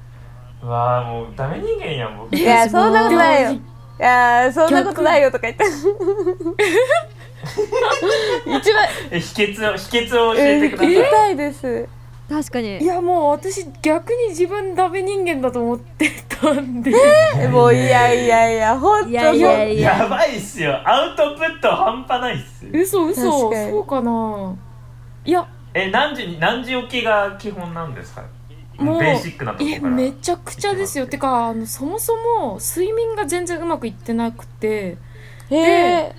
う
わあもうダメ人間やん僕
ういや
します
そんなことないよいやーそんなことないよとか言って一番
え秘訣を秘訣を教えて
え
く
ー
ださい
聞きたいです
確かに
いやもう私逆に自分ダメ人間だと思ってたんで
えもういやいやいやほんと
いやいやいや
やばいっすよアウトプット半端ないっすよ
嘘嘘
確かに
そうかないや
え何時に何時起きが基本なんですか
もう
ベーシックなとこ
え
から
めちゃくちゃですよてかあのそもそも睡眠が全然うまくいってなくて
え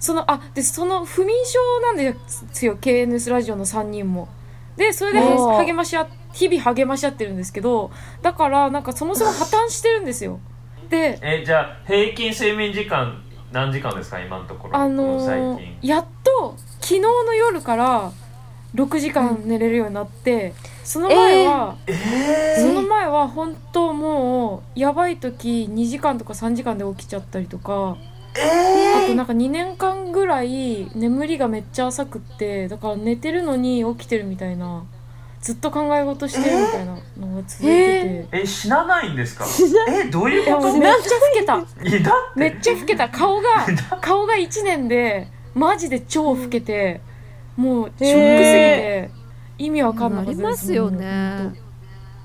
そのあでその不眠症なんですよ KNS ラジオの3人も。でそれでへ
おー
励ましあ日々励まし合ってるんですけどだからなんかそもそも破綻してるんですよ。で
えじゃあ平均睡眠時間何時間ですか今のところ
あの
こ
ー
の最近
やっと昨日の夜から6時間寝れるようになって、その前は、その前は本当もうやばい時2時間とか3時間で起きちゃったりとか、あとなんか2年間ぐらい眠りがめっちゃ浅くってだから寝てるのに起きてるみたいなずっと考え事してるみたいなのが続いてて、
え死なないんですかえどういうこ
いやもうめっちゃ老けた
といやだって
めっちゃ老けた顔が顔が1年でマジで超老けて、もうショックすぎて、意味わかんな
あ
かった
り
です
ますよね。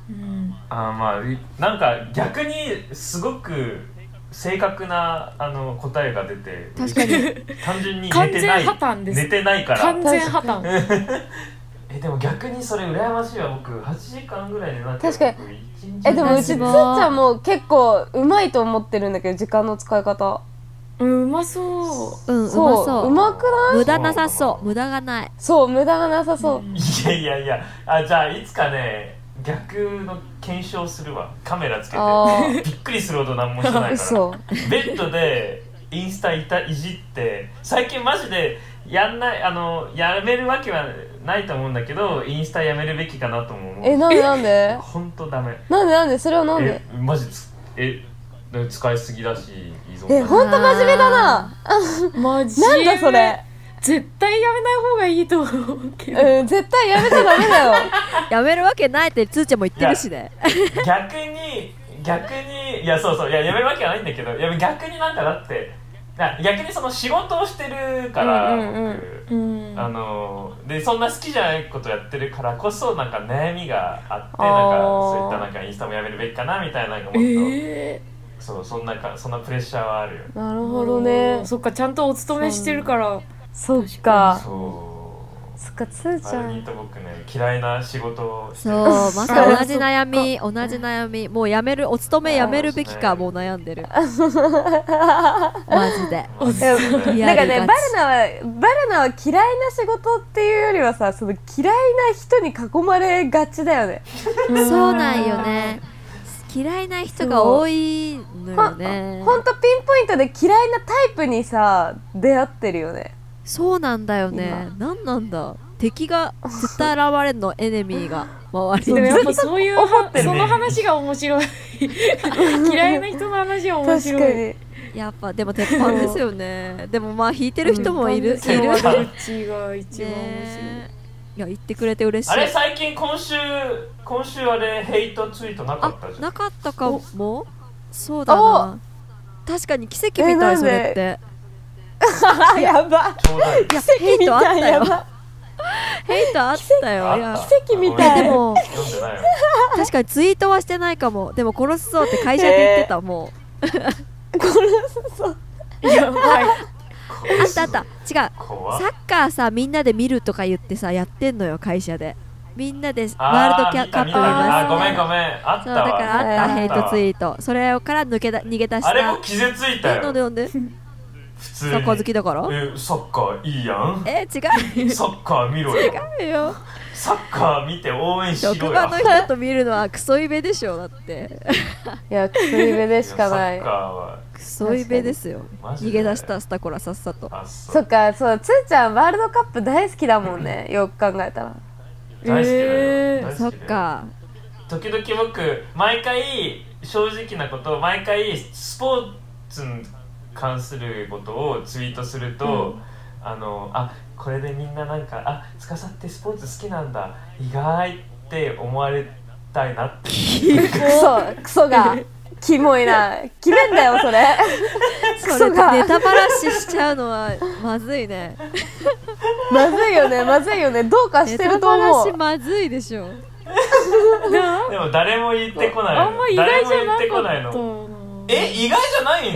うん
あーまあいなんか逆にすごく正確なあの答えが出て
確かに
単純に
完
寝て
全
ない
破綻です
寝てないから
完全破綻
えでも逆にそれ羨ましいわ僕8時間ぐらいでなって
確かに
僕一日
えでもうちつ
私
ーち
も
ゃんも結構うまいと思ってるんだけど時間の使い方
うんうまそ
う
う
ん、うま
そう
そう
う。まくない
無駄なさそう。無駄がない。
そう無駄がなさそう、
いやいやいやあじゃあいつかね逆の検証するわカメラつけて
ああ
びっくりするほど何もして ないから
嘘
ベッドでインスタいたいじって最近マジでやんないあのやめるわけはないと思うんだけどインスタやめるべきかなとも思う
えなんでなんで
本当ダメ
なんでなんでそれはなんで
えマジつえ使いすぎだし依存
え
だし
ほんと真面目だな
マジ
なんだそれ
絶対やめない方がいいと思うけど、
うん絶対やめちゃダメだよ
やめるわけないってつーちゃんも言ってるしね。
逆に逆にいやそうそういややめるわけはないんだけどいや逆になんかだってな逆にその仕事をしてるから、
うんうんうん
僕
うん、
あのでそんな好きじゃないことやってるからこそなんか悩みがあって
あー
なんかそういったなんかインスタもやめるべきかなみたいななんかもっと、
え
そうそんなかそんなプレッシャーはあるよ
なる
ー、
ほどね
そっかちゃんとお勤めしてるから
そっか
そう
そっかつーち
バ
ゃ
ルニ
ん
ーと僕ね嫌いな仕事をし
そ
てる
う、まさに同じ悩み、同じ悩み。もうやめる、お勤めやめるべき
あ
か、
ー
もう悩んでる。マジで。
で
まあ
も
そうだね
いや
なん
リアルガ
かね
チ
バルナはバルナは嫌いな仕事っていうよりはさその嫌いな人に囲まれがちだよね
そうなんよね。嫌いな人が多いのよね。
ほんとピンポイントで嫌いなタイプにさ出会ってるよね
そうなんだよね。なんなんだ。敵が絶対現れんの、エネミーが周り
で
に
もやっぱそういう
思って
る
その話が 面白い嫌いな人の話は面
確
白
か
い
に
やっぱでも鉄板ですよね。でもまあ弾いてる人もいる、い
今日
る
は
鉄板
どっちが一番面
ね。いや言ってくれて嬉しい
あ。れ最近今週今週あれヘイトツイートなかった
あ
じゃん
なかったかも。そうだな。確かに奇跡み
え
た
なん
い
で
それって。
あやば
ちょうだい
いやヘイトあった
や
よ。
ば
ヘイトあったよ。い
あ
や
った
奇跡みた
で
い
も
読んでないよ
確かにツイートはしてないかも。でも殺すぞって会社で言ってた もう。
殺すぞ
白い やばい
あったあった。違う。
怖っ
サッカーさみんなで見るとか言ってさやってんのよ会社でみんなでワ
あ
ールドキャ
見
カッ
た
プ
見
見
た
ま
あ
す
ごめんごめんあっ
そ
た
う
わ
だからあったヘイ
わ
トツイートそれから抜けだ逃げ出した
あれも傷ついた
えなん
よ
でなんでサ
普通に
ッカー好きだから
えサッカーいいやん
え 違う
サッカー見ろよ
違うよ
サッカー見て応援しろよ
職場の人と見るのはクソイベでしょだって
いや薬部でしかないい
やサッカーは
クソイベですよ
マジで
逃げ出したスタコラさっさと
あそ
そうっかそうつーちゃんワールドカップ大好きだもんねよく考えたら
大好きだよ、
えー
大好きだ
そ
よ
っか
時々僕毎回正直なこと毎回スポーツに関することをツイートすると、あのあこれでみんななんかあ司ってスポーツ好きなんだ意外って思われたいなって
クソクソがキモいなキメんだよそれク
それ
ソ
ネ
が
タバラシしちゃうのは まずいね
まずいよねまずいよねどうかし
ネ
て
タ
ると
バラ
思
シ
う
まずいでしょ
でも
でも誰も言ってこない
あんま意外じ
誰も言
ゃなか
っ
ってた
こないの
な
え意外じゃない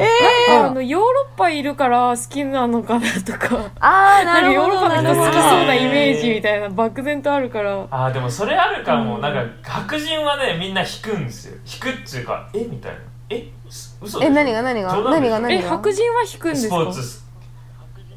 の、
あのヨーロッパいるから好きなのかなとか
ああなん
なか
る
ヨー
ほ
ロッ
どな
パの
る
人
ほど
好きそうなイメージみたいな漠然とあるから
あーでもそれあるかも、なんか白人はねみんな引くんですよ引くっつうかえみたいなえす嘘でしょ
え何が何が
冗談で
何
しょ
が何
え
が
白人は引くんです
ス
か
ポーツす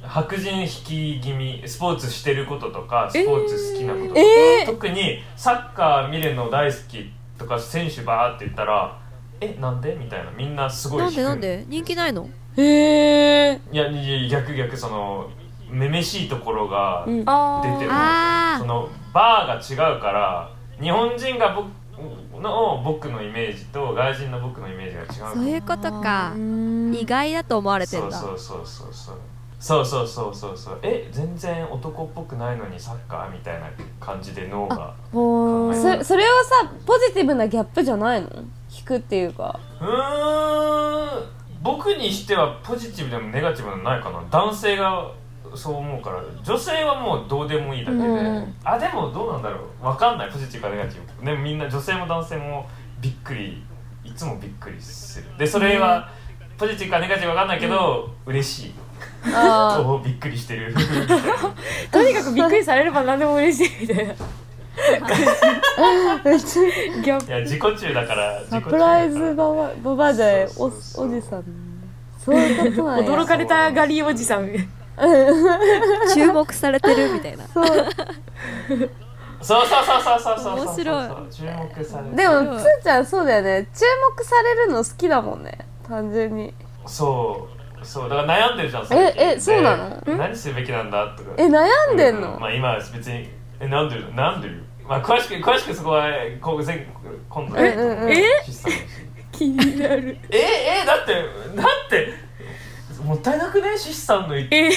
白人引き気味スポーツしてることとか
えー
スポーツ好きなこととか、
えー
特にサッカー見るの大好きとか選手バーって言ったらえなんでみたいなみんなすごい
な
引
ん
く
でなんで人気ないの
へえ
いやいや逆逆そのめめしいところが
うん
あー
出てる
あ
そ
ー
のバーが違うから日本人が僕の僕のイメージと外人の僕のイメージが違うから
そういうことか
うん
意外だと思われてんだ
そうそうそうそうそうそうそうそうそうそうえ全然男っぽくないのにサッカーみたいな感じで脳が
ほ
考え
ー
て
そそれはさポジティブなギャップじゃないの引くっていうか
うーん僕にしてはポジティブでもネガティブでもないかな男性がそう思うから女性はもうどうでもいいだけで、
うん
あでもどうなんだろうわかんないポジティブかネガティブでもみんな女性も男性もびっくりいつもびっくりするでそれは、ポジティブかネガティブかわかんないけど、嬉しい
あ
おーびっくりしてる
とにかくびっくりされれば何でも嬉しい みたいなギャッ
いや自己中だから
サプライズ
自己中だか
ババババじゃない
そ
お
うそうそう
おじさんそういうことなんや
驚かれたがりおじさんみたいな
注目されてるみた いな
そう
らそうそうそうそうそうそうそう
面白い
注目される
でもつーちゃんそうだよね注目されるの好きだもんね単純に
そうそうだから悩んでるじゃん
ええそうなの
で何するべきなんだとか
え悩んでん
う
の
まあ今は別にえなんでるなんでるまあ詳しく詳しくそこはえこう全今度
えうんうん
え
え
気になる
ええだってだってもったいなくねシスさんの言っ
え
遠い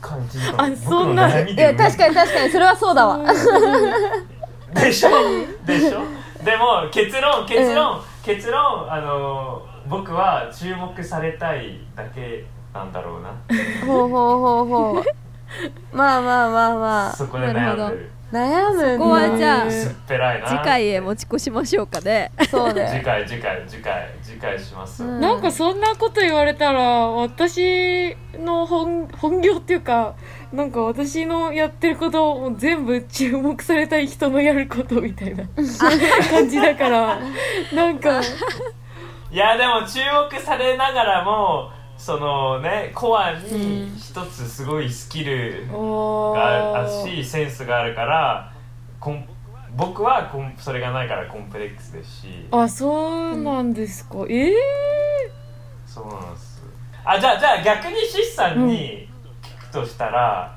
感じと
あそんな
僕の悩み
い
で
や確かに確かにそれはそうだわ
でしょでしょでも結論結論、結論あの僕は注目されたいだけなんだろうな
ほうほうほうほうまあまあまあまあ
そこで悩んでる
悩むんだ
ここはじゃあ
すっぺらいな
次回へ持ち越しましょうかね
そうだ
次
よ
回次回次回次回します、
うん
なんかそんなこと言われたら私の本本業っていうかなんか私のやってることを全部注目されたい人のやることみ たいな感じだからなんか
いやでも注目されながらもそのねコアに一つすごいスキル
お
がある
ー
しセンスがあるからコン僕はコンそれがないからコンプレックスですし
あそうなんですか、え
そうなんですあじゃあじゃあ逆にシスさんに聞くとしたら、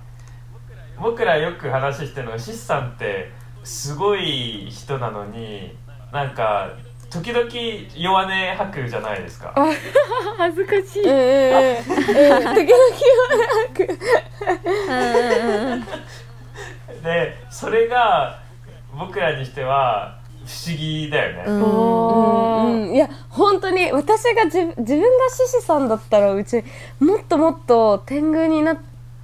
僕らよく話してるのがシスさんってすごい人なのになんか時々弱音吐くじゃないですか
ー、恥ずかしい
ええええええ時々
でそれが僕らにしては不思議だよね、
うん
おー
うんいや本当に私が自自分が獅子さんだったらうちもっともっと天狗になっ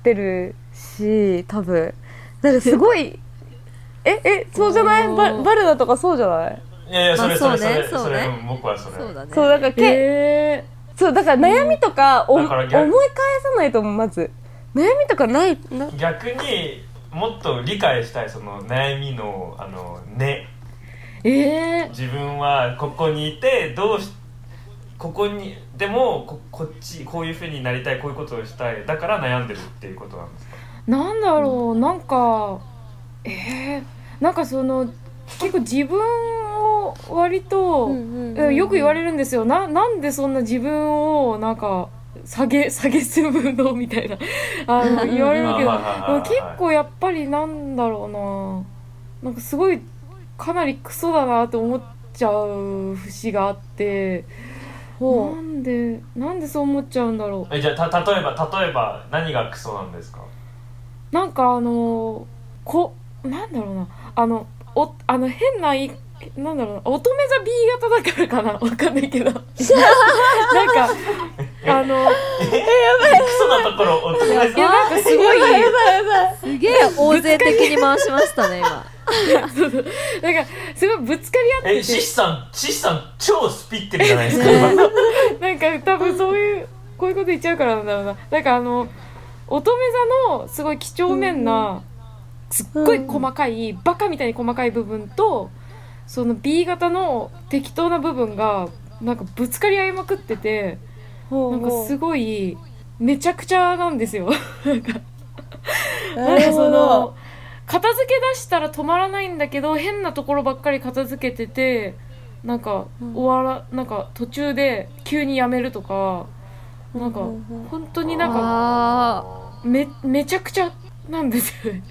てるし多分なんかすごい ええそうじゃないババルダとかそうじゃない
いやいやそれ
ま
そ
あ
れそ
そう
れ
ね
それ
そうね
うん僕はそれ
そうだね
そうだからけ、
え
そうだから悩みとかお、
だ
思
から
い
逆
返さないと思うまず悩みとかないな
逆にもっと理解したいその悩みのあのね
ー、え
自分はここにいてどうしここにでもここっちこういうふうになりたいこういうことをしたいだから悩んでるっていうことなんですか
ー、なんだろう、なんかえー、なんかその結構自分を割と、うんよく言われるんですよななんでそんな自分をなんか下げ下げすむのみたいな あの言われるけど
はいはいはいはい
でも結構やっぱりなんだろうななんかすごいかなりクソだなと思っちゃう節があって
ほ
な
うん
でなんでそう思っちゃうんだろ
えじゃあた例えば例えば何がクソなんですか
うなんかあのこなんだろうなあのおあの変な言いなんだろうな乙女座 B 型だからかなわかんないけどなんかあの
クソなところお互い
いやなんかすごい
やばいやばい
すげえ大勢的に回しましたね今
なんかすごいぶつかり合
え
っ
シ
て
シさんシシさん超スピってるじゃないですか、
てなんか多分そういうこういうこと言っちゃうからなんだろうななんかあの乙女座のすごい几帳面なすっごい細かいバカみたいに細かい部分とその B 型の適当な部分がなんかぶつかり合いまくってて
ほう
なんか
ほう
すごいめちゃくちゃなんですよ。
な
なん
る
か
ほど
その片付け出したら止まらないんだけど変なところばっかり片付けててなんか
うん
終わらなんか途中で急にやめるとかなんか
うんうんうん
本当になんか
あ
めめちゃくちゃなん ですよね。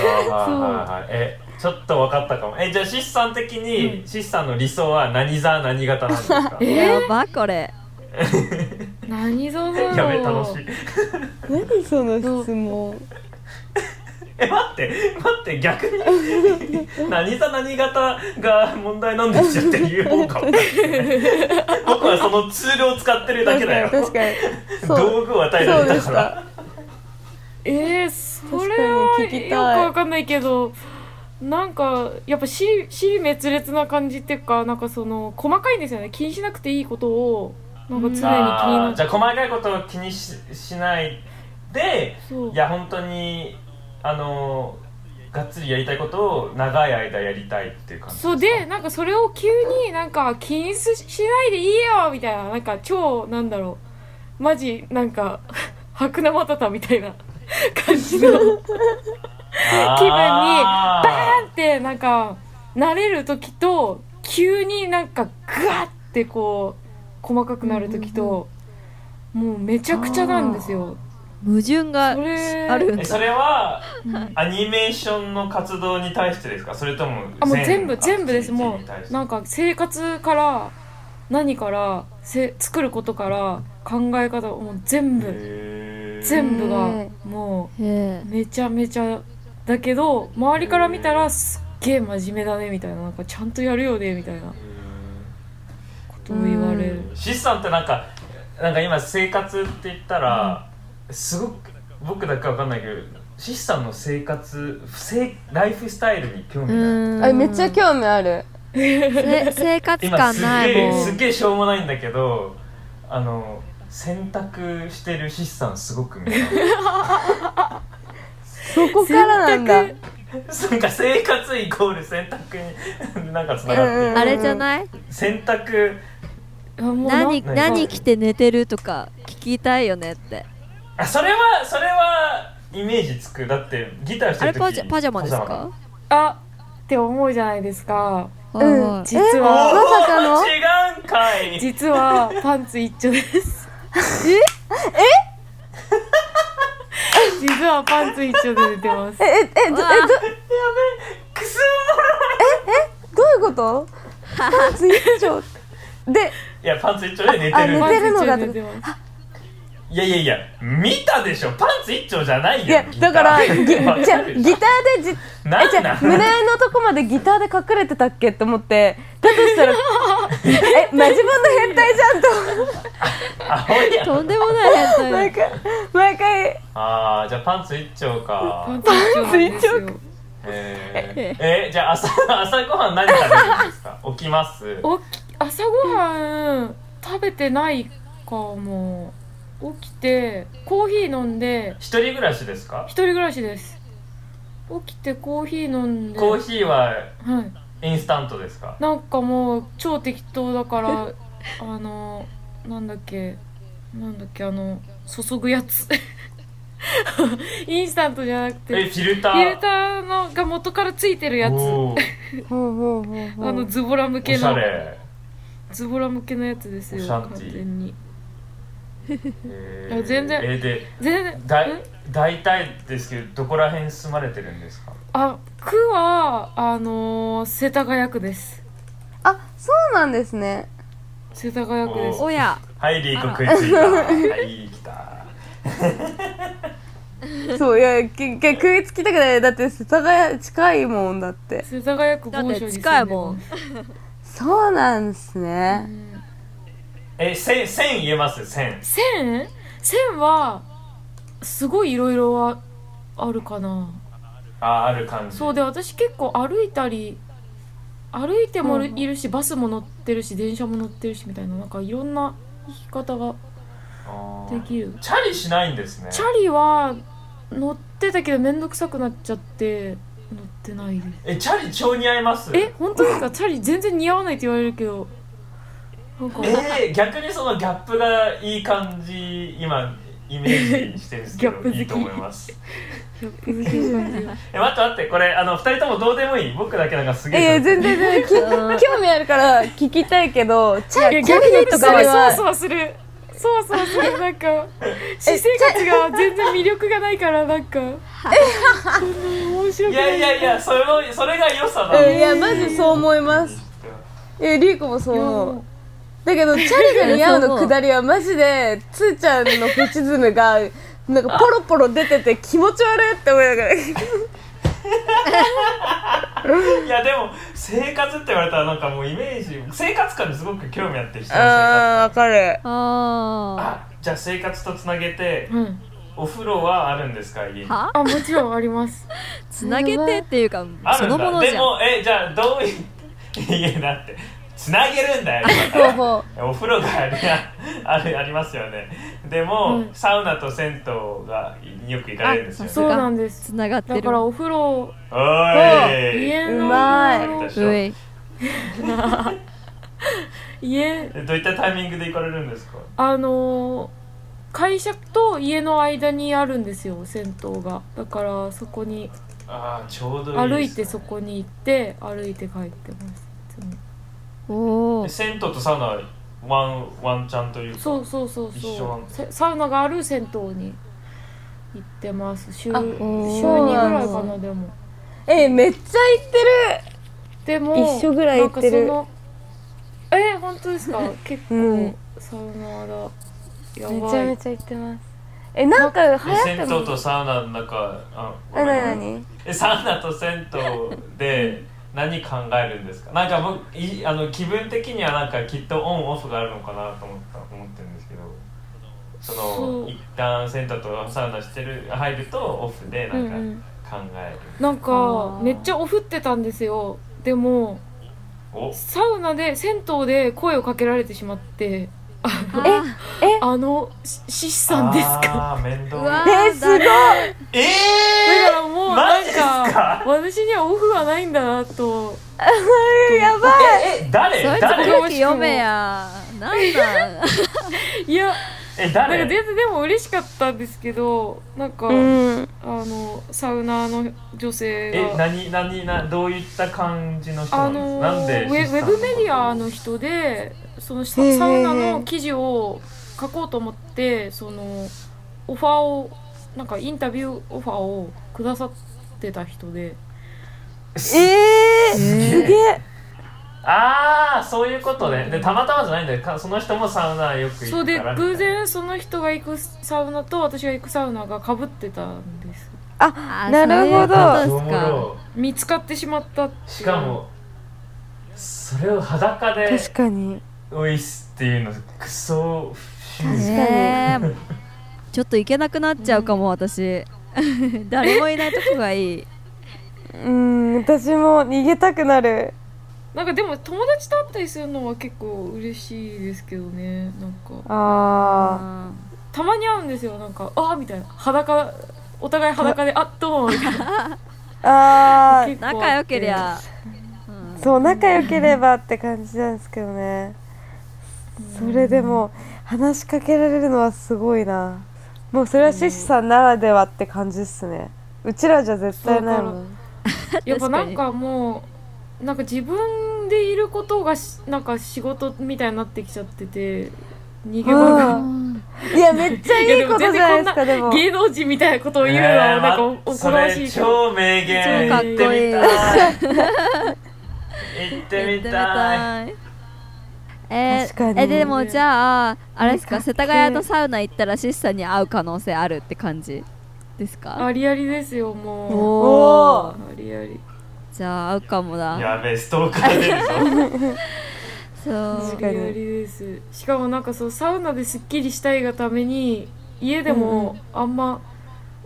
はいはいはいえちょっと分かったかもえじゃあシスさん的に、シスさんの理想は何座何型なんですか
ー
え
やばこれ
何ぞだろう
やべ楽しい
何その質問
え待って待って 逆に何座何型が問題なんですよっていう 方かも僕はそのツールを使ってるだけだよ
確かに確かにそう
道具を与えら
そう
れ
で
た
し
か
た
ら。
えー、それ
確かに聞きた
はいよくわかんないけどなんかやっぱ死死滅裂な感じっていうかなんかその細かいんですよね気にしなくていいことをなんか常に気に
あー
なっ
じ
て
ゃあ細かいことを気にししないで
そう
いや本当にあのがっつりやりたいことを長い間やりたいっていう感じ
そうでなんかそれを急になんか気にししないでいいよみたいななんか超なんだろうマジなんか白生マタタみたいな感じの
あー
気分にバーンってなんか慣れる時と急になんかグワッてこう細かくなる時と、もうめちゃくちゃなんですよ。
矛盾が
それ
あるん
え
だ
それは
うん
アニメーションの活動に対してですかそれとも
あもう全部
アクティビティ
全部ですも
に対し
う
て
なんか生活から何からせ作ることから考え方もう全部
へー
全部が
へ
も
へ
うめちゃめちゃだけど周りから見たらすっげえ真面目だねみたいななんかちゃんとやるよねみたいなことを言われる。
シスさんってなんかなんか今生活って言ったら、すごく僕だけわかんないけどシスさんの生活生ライフスタイルに
え
興
う
味ない
ーん
あめっちゃ興味ある
せ生活
今
感
す
な
げ
い
え
も
す
ん
げえしょうもないんだけどあの洗濯してるシスさんすごく 見える
そこからなんだ
全く
なんか生活イコール洗濯になんかつながってる、
うんうん
あれじゃない
洗濯
あもうな
何
なんか
何着て寝てるとか聞きたいよねって
あそれはそれはイメージつくだってギターし
あ
て
れ
る時
パジャパジャマです
パジャ
か
あって思うじゃないですか
はいは
うん
い
実
マ
は
えまさかの
おー違うんかい
実はパンツ一丁ですええ実はパンツ一丁で出てま す
ええええどえど
わあ
くそ
どういうことパンツ一丁で
いやパンツ一丁で寝
あ
て
寝
る
てるのだ
パンツ一丁で出てます
いやいやいや見たでしょパンツ一丁じゃないよ
いやだから ぎじゃギターで
ギ
じえ
何
じゃ
な
あ胸
ん
のとこまでギターで隠れてたっけって思ってだとしたらえ、まあ、自分の変態じゃんと
青いやん
とんでもない変態
毎回毎回
ああじゃあパンツ一丁
パン
か
ツ一丁なんですよ
えー、えじゃあ朝朝ごはん何食べるんですか起きます
おき朝ごはん食べてないかも起きてコーヒー飲んで
一人暮らしですか
一人暮らしです起きてコーヒー飲んで
コーヒーは
はい
インスタントですか
なんかもう超適当だから あのなんだっけなんだっけあの注ぐやつ インスタントじゃなくて
え
フ
フィルター
ィルターのが元からついてるやつ
おー
ほうほうほうほう
あのズボラ向
お
け
しゃ
の
れ
ズボラ向けのやつです
お
よ
シャン
完
ティ
全に
え
いや全然
えーで
全然
だ
え
大体ですけどどこら辺住まれてるんですか
あ区はあのー世田谷区です
あそうなんですね
世田谷区です
おや
はいリーコ食い ついたはい来た
そういやけけ食いつきたくないだって世田谷近いもんだって
世田谷区
だっ
某所
て
に住んで
近いも
ま
ん
す
そうなんですね
うん
え千千言えます千
線線はすごいいろいろはあるかな
あある感じ
そうで私結構歩いたり歩いてもいるし、バスも乗ってるし電車も乗ってるしみたいななんかいろんな行き方が
あ
で
ー
きる
チャリしないんですね
チャリは乗ってたけど面倒くさくなっちゃって乗ってないです
えチャリ超似合います
え本当ですかチャリ全然似合わないって言われるけどなんか
えー逆にそのギャップがいい感じ今イメージしてるんですけ
ギャッ
ど
プ好き
いいと思います
ギャップ好きな感じが
え待って待ってこれあの二人ともどうでもいい僕だけなんかすげえ
えー、全然全然き興味あるから聞きたいけどチャ
いや
リ
逆にそ
とか
わそわ
は
そわするそわそわするなんか私生活が全然魅力がないからなんかそんな面白
い
くない
やいやいやそれのそれが良さだ、
えーいやマジそう思いますえー、リーコもそう
いや
思
も
う
う
だけどチャリが似合
そ
う
う
の
思う
くだりはマジでつーちゃんのフェチズムがなんかポロポロ出てて気持ち悪いって思いながら
いやでも生活って言われたらなんかもうイメージ生活感にすごく興味あって人の生活
あーわかる
あ
あじゃあ生活とつなげて
うん
お風呂はあるんですか家に
は
あもちろんあります
つなげてっていうか
あ
そ
る
の
ん
も
だ
の
で
じゃん
もえじゃあどういう いやだってつなげるんだよ
ほうほう
お風呂がありあるありますよねでも、
うん
サウナと銭湯がよく行かれるんですよね
そうなんです
つながって
だ
る
からお風呂
おーい
家
う
の
まい
入ったでしょ
うい
家
えどういったタイミングで行かれるんですか
あのー会社と家の間にあるんですよ銭湯がだからそこに
ああちょうどい
歩
い
い
で
て
す
そこに行って歩いて帰ってますいつも
おお
銭湯とサウナはワンワンチャンというか
そうそうそう
一緒な
そ
ん
う
だ
せサウナがある銭湯に行ってます週週
あ
2
ー
ぐらいかなでも
えめっちゃ行って
でも
一緒ぐらい行ってる
なんかそのえー本当ですか結構、
うん
サウナーだや
るめち
ば
ゃ
い
めちゃ行ってますえなんか流行
で銭
って
湯
ます
とサウナの中あごめ
え
ん
なになに
えサウナと銭湯で何考えるんですかなんか僕いあの気分的にはなんかきっとオンオフがあるのかなと思った思ってるんですけどその
そう
一旦銭湯とサウナしてる入るとオフでなん
うんうん
か考え
なん
あ
か
ー
めっちゃおふってたんですよでも
る、お
サウナで銭湯で声をかけられてしまって
え
「あのしししさんですか?」
あー面倒
うわ
えすごい
え
だからもうなん
マジっすか
か私にはオフはないんだなと
やばい
ー、え誰
そいつ
誰
空気読めやなんだ
いや
え
なんか
誰
ででも嬉しかったんですけどなんか、
うん
あのサウナーの女性
え
が
何何などういった感じの人な
あ
んです
の
かなんで
ウェウェブメディア
の
の人でそのサ
へー
サウナの記事を書こうと思ってそのオファーをなんかインタビューオファーをくださってた人で
えー、すげえ
ああそういうことねでたまたまじゃないんだよかその人もサウナよく
そ
行
う
く
で
から
偶然その人が行くサウナと私が行くサウナが被ってたんです
あなるほ
あ
ど
そういうことですか
見つかってしまったっていう
しかもそれを裸で
確かに
おいっすっていうのクソ不思議
ねえちょっと行けなくなっちゃうかも私 誰もいないとこがいい
うん私も逃げたくなる
なんかでも友達と会ったりするのは結構嬉しいですけどねなんか
あ
たまに会うんですよなんか「あーみたいな裸お互い裸で「あっどうも」みたいな
ーあー
結構
仲良けりゃ
そう仲良ければって感じなんですけどねそれでも話しかけられるのはすごいなもうそれは獅子さんならではって感じっすねうちらじゃ絶対ないも
そ
ん
やっぱなんかもうなんか自分でいることがしなんか仕事みたいになってきちゃってて逃げ場が。
いやめっちゃいいことじゃないですか
い
で
やでも
も
全然こんな芸能人みたいなことを言うの
え
は
ー
なんか
ま
おおこがましい
それ超名言
超かっこいいや
行ってみたい行ってみたい
いえ
確かに
ー、えでもじゃああれです
な
か
んか
世田谷のサウナ行ったらシスさんに会う可能性あるって感じですか
ありありですよもう
お
あ
ー
りあり
じゃあ会うかもだ
やべえストーカーでるぞ
そう
確か
あ
に
りありですしかもなんかそうサウナですっきりしたいがために家でもあんま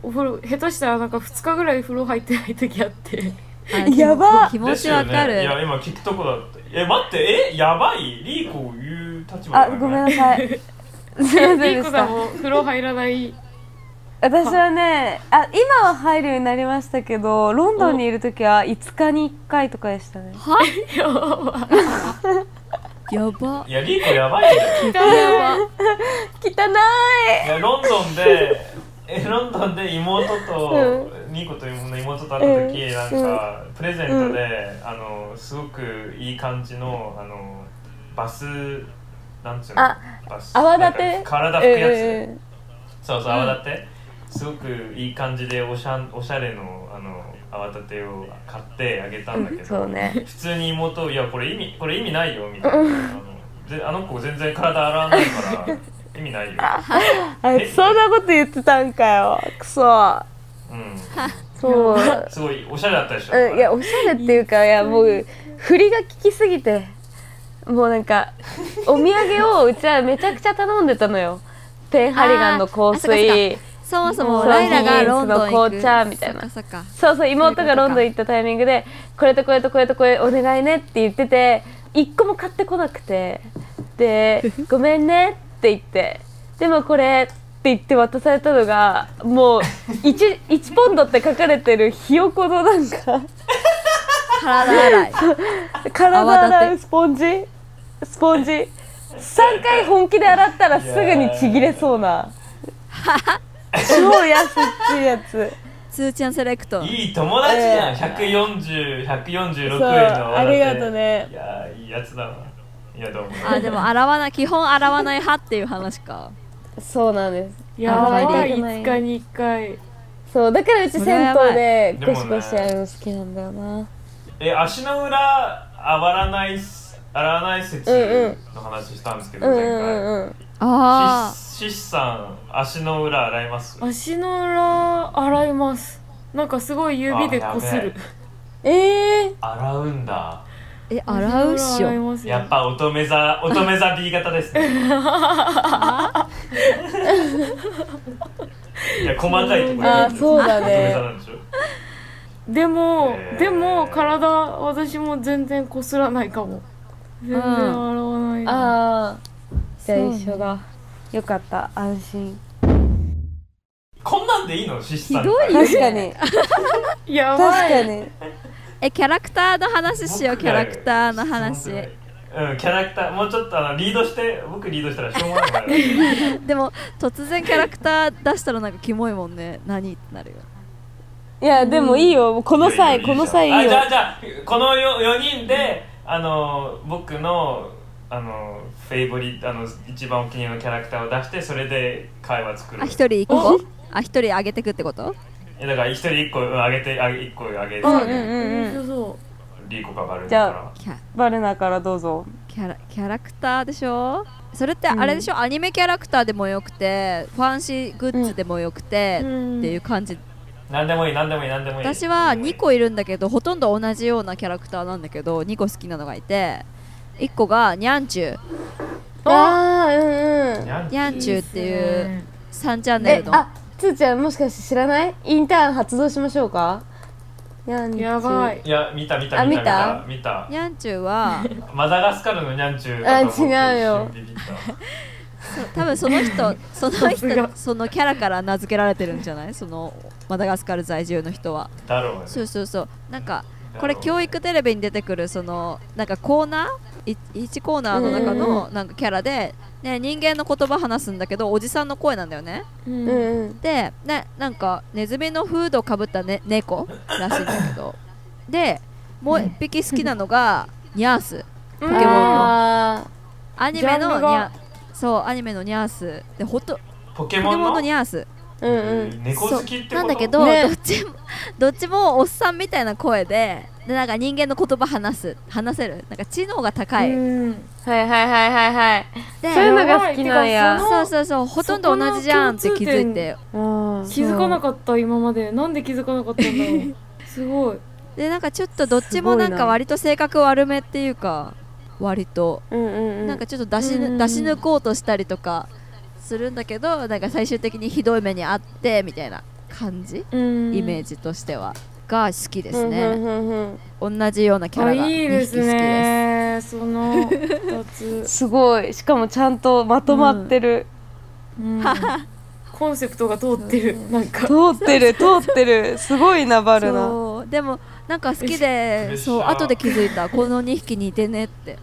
お風呂下手したらなんか2日ぐらい風呂入ってない時あって
あ
やば
気持ちわか
で
る、
すよねいや今聞くとこだったえ待ってえやばいリーコ言う立場
あ
じゃ
ごめん
い
なさ いすいません
ピ
で
ーコ
し
さん
た
も風呂入らない
私はねあ今は入るようになりましたけどロンドンにいる時は5日に1回とかでしたね
は
や
やば
いやリーコやばいんだよ
やば
汚い
いやロンドンでえロンドンで妹と、ニコと妹の妹と会った時、なんか、プレゼントで、あのすごくいい感じのあのバスなんつうの
あ
バス
泡立て
なんか体拭くやつ、
うんうん
そうそう泡立て、すごくいい感じでおしゃおしゃれのあの泡立てを買ってあげたんだけど、
そうね
普通に妹「いやこれ意味これ意味ないよ」みたいなあのぜあの子全然体洗わないから意味ないよ、
あいつそんなこと言ってたんかよクソ
うん、
そう
すごいおしゃれだったでしょ、
うん、いやおしゃれっていうかいやもう振りが効きすぎてもうなんかお土産をうちはめちゃくちゃ頼んでたのよペンハリガンの香
あーあそっか
水
そもそも
そう
ライラがロンドン行く
紅茶みたいな
そっかそっか
そうそう妹がロンドン行ったタイミングでこれとこれとこれとこれお願いねって言ってて一個も買ってこなくてでごめんねって言ってでもこれって言って渡されたのがもう 1, 1ポンドって書かれてるひよこのなんか
体洗 い
体洗
泡
うスポンジスポンジ3回本気で洗ったらすぐにちぎれそうな超安っちいや つ。
ツーちゃんセレクト
いい友達じゃん、
え
140、146円
そう
の
ありがとうね
いやーいいやつだわいやどうも
あでも洗わ ない基本洗わない派っていう話か
そうなんです
やばい
あ
5日に1回
そうだからうち
それは
銭
やばい
湯でゴシゴシやるの好きなんだよな、
え足の裏洗わない洗わない説
うんうん
の話したんですけ
う
ど、
んう
前回、
んうん
ああ
しししさん足の裏洗います
足の裏洗いますなんかすごい指でこする
え
洗うんだ
え洗うっしょ
やっぱ乙女座乙女座 B 型 ですねいや細かいとこ
ー、
ろ
あーそうだ
乙女座
ね
なんでしょ
でも、
えー
でも体私も全然こすらないかも全然洗わない、
ああじゃあ一緒だよかった安心
こんなんでいいのししさん
ひどい
確かに
や
確
ばい
かに
えキャラクターの話しようキャラクターの話
うんキャラクターもうちょっとあのリードして僕リードしたらしょうが ない
でも突然キャラクター出したらなんかキモいもんね何ってなるよ
いやでもいいよこの際この際いい
あじ
よ
ゃあじゃあこのよ四人であの僕のあのフェイボリあの一番お気に入りのキャラクターを出してそれで会話作る
あ一人一個あ一人あげてくってこと
えだから一人一個うんあげてあげ一個あげて、
うんうんうんうん
そうそ
リーコかバルーン
じゃあ
から
キャ
バルナからどうぞ
キャラキャラクターでしょそれってあれでしょ、アニメキャラクターでもよくてファンシーグッズでもよくて、
う、うん、
っていう感じ
何でもいい何でもいい何でもいい
私は
何でもいい
2個いるんだけどほとんど同じようなキャラクターなんだけど2個好きなのがいて1個がニャンチュー
ああうんうん
にゃん
ニャンチューっていう3チャンネ
え
ルの
あつーちゃんもしかして知らないインターン発動しましょうかやんちゅ
やばい
いや見た見た
あ見
見
た
た見た見
ニャンチューは
たマダガスカルのニャンチューかと思って
あ違うよ
一瞬ビビった
多分その 人その
すが
人そのキャラから名付けられてるんじゃないそのマダガスカル在住の人は
だろうね
そうそうそうなんか
だろう
これ教育テレビに出てくるそのなんかコーナー1コーナーの中のなんかキャラで、ね、人間の言葉話すんだけどおじさんの声なんだよね
うん
うんうん
で、ね、なんかネズミのフードをかぶった、ね、猫らしいんだけどでもう一匹好きなのがニャース
ポ
ポケモンの
あ
アニメ
ジャン
の
ル
ニャ
が
そうアニメのニャースでほと
ポケ
ポケ
モン
モン
の
のニャース
ーうんうん
猫好きってこ
そ
と
うなんだけど、
ね
どっちもどっちもおっさんみたいな声ででなんか人間の言葉話す話せるなんか知能が高い、
うん
はいはいはいはいはい
で
そういうのが好きなんや
やばいてか
そうそうそうほとんど同じじゃんって気づいて
気づかな
く
かった今までなんで気づかなかったんだろうすごい
でなんかちょっとどっちもなん
すごいな
か割と性格悪めっていうか割と
うんうんうん
なんかちょっと出し,、
うん
出し抜こうとしたりとかするんだけどなんか最終的にひどい目にあってみたいな感じ、
うん
イメージとしてはが好きです
うん
ね、
うんうんうん
同じようなキャ
あ
ラが
いい
2匹
で
好き
す
です
ねその2つ、
すごいしかもちゃんとまとまってる、
うん、コンセプトが通ってるなんか
通ってる通ってるすごいなバルナ
そうでもなんか好き
プレ
で
ッシャー
そう後で気づいたこの2匹似てねって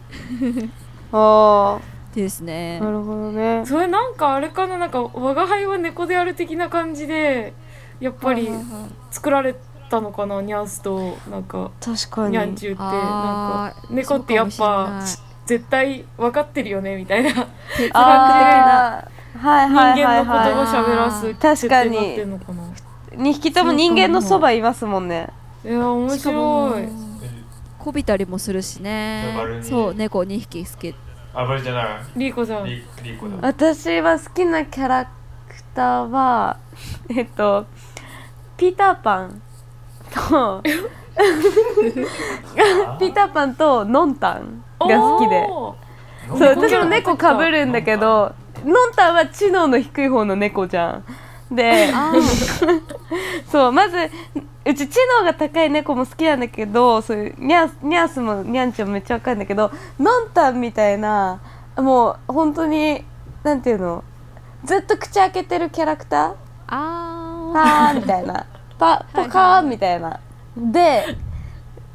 あ
ですね
あなるほどね
それなんかあれかななんか我が輩は猫である的な感じでやっぱり
はいはいはい
作られたのかなニャンスとなんか
確か
ニャン
に
チューってなん
あ
か
ー
猫ってやっ
そうかも
ぱ
し
絶対分かってるよねみたいな人
れない哲学的な
あーはいはいは
間の言
いは
葉喋らす
あー
確かに
設定なってんのかない
2匹とも人間のそばいますもんね
いや面白い
こびたりもするし
バル
ね
ニー
そう猫2匹好き
あバレじゃな
リーコさん
いリリーコだ
私は好きなキャラクターは えっとピーターパンとピーターパンとノンタンが好きで
おー
そう私も猫かぶるんだけどノンタンは知能の低い方の猫じゃんでそうまずうち知能が高い猫も好きなんだけどそういうニャーニャースもニャンちゃんもめっちゃ若いんだけどのんたんみたいなもう本当になんていうのずっと口開けてるキャラクター
あー
パーンみ たいなパポカーンみたいなで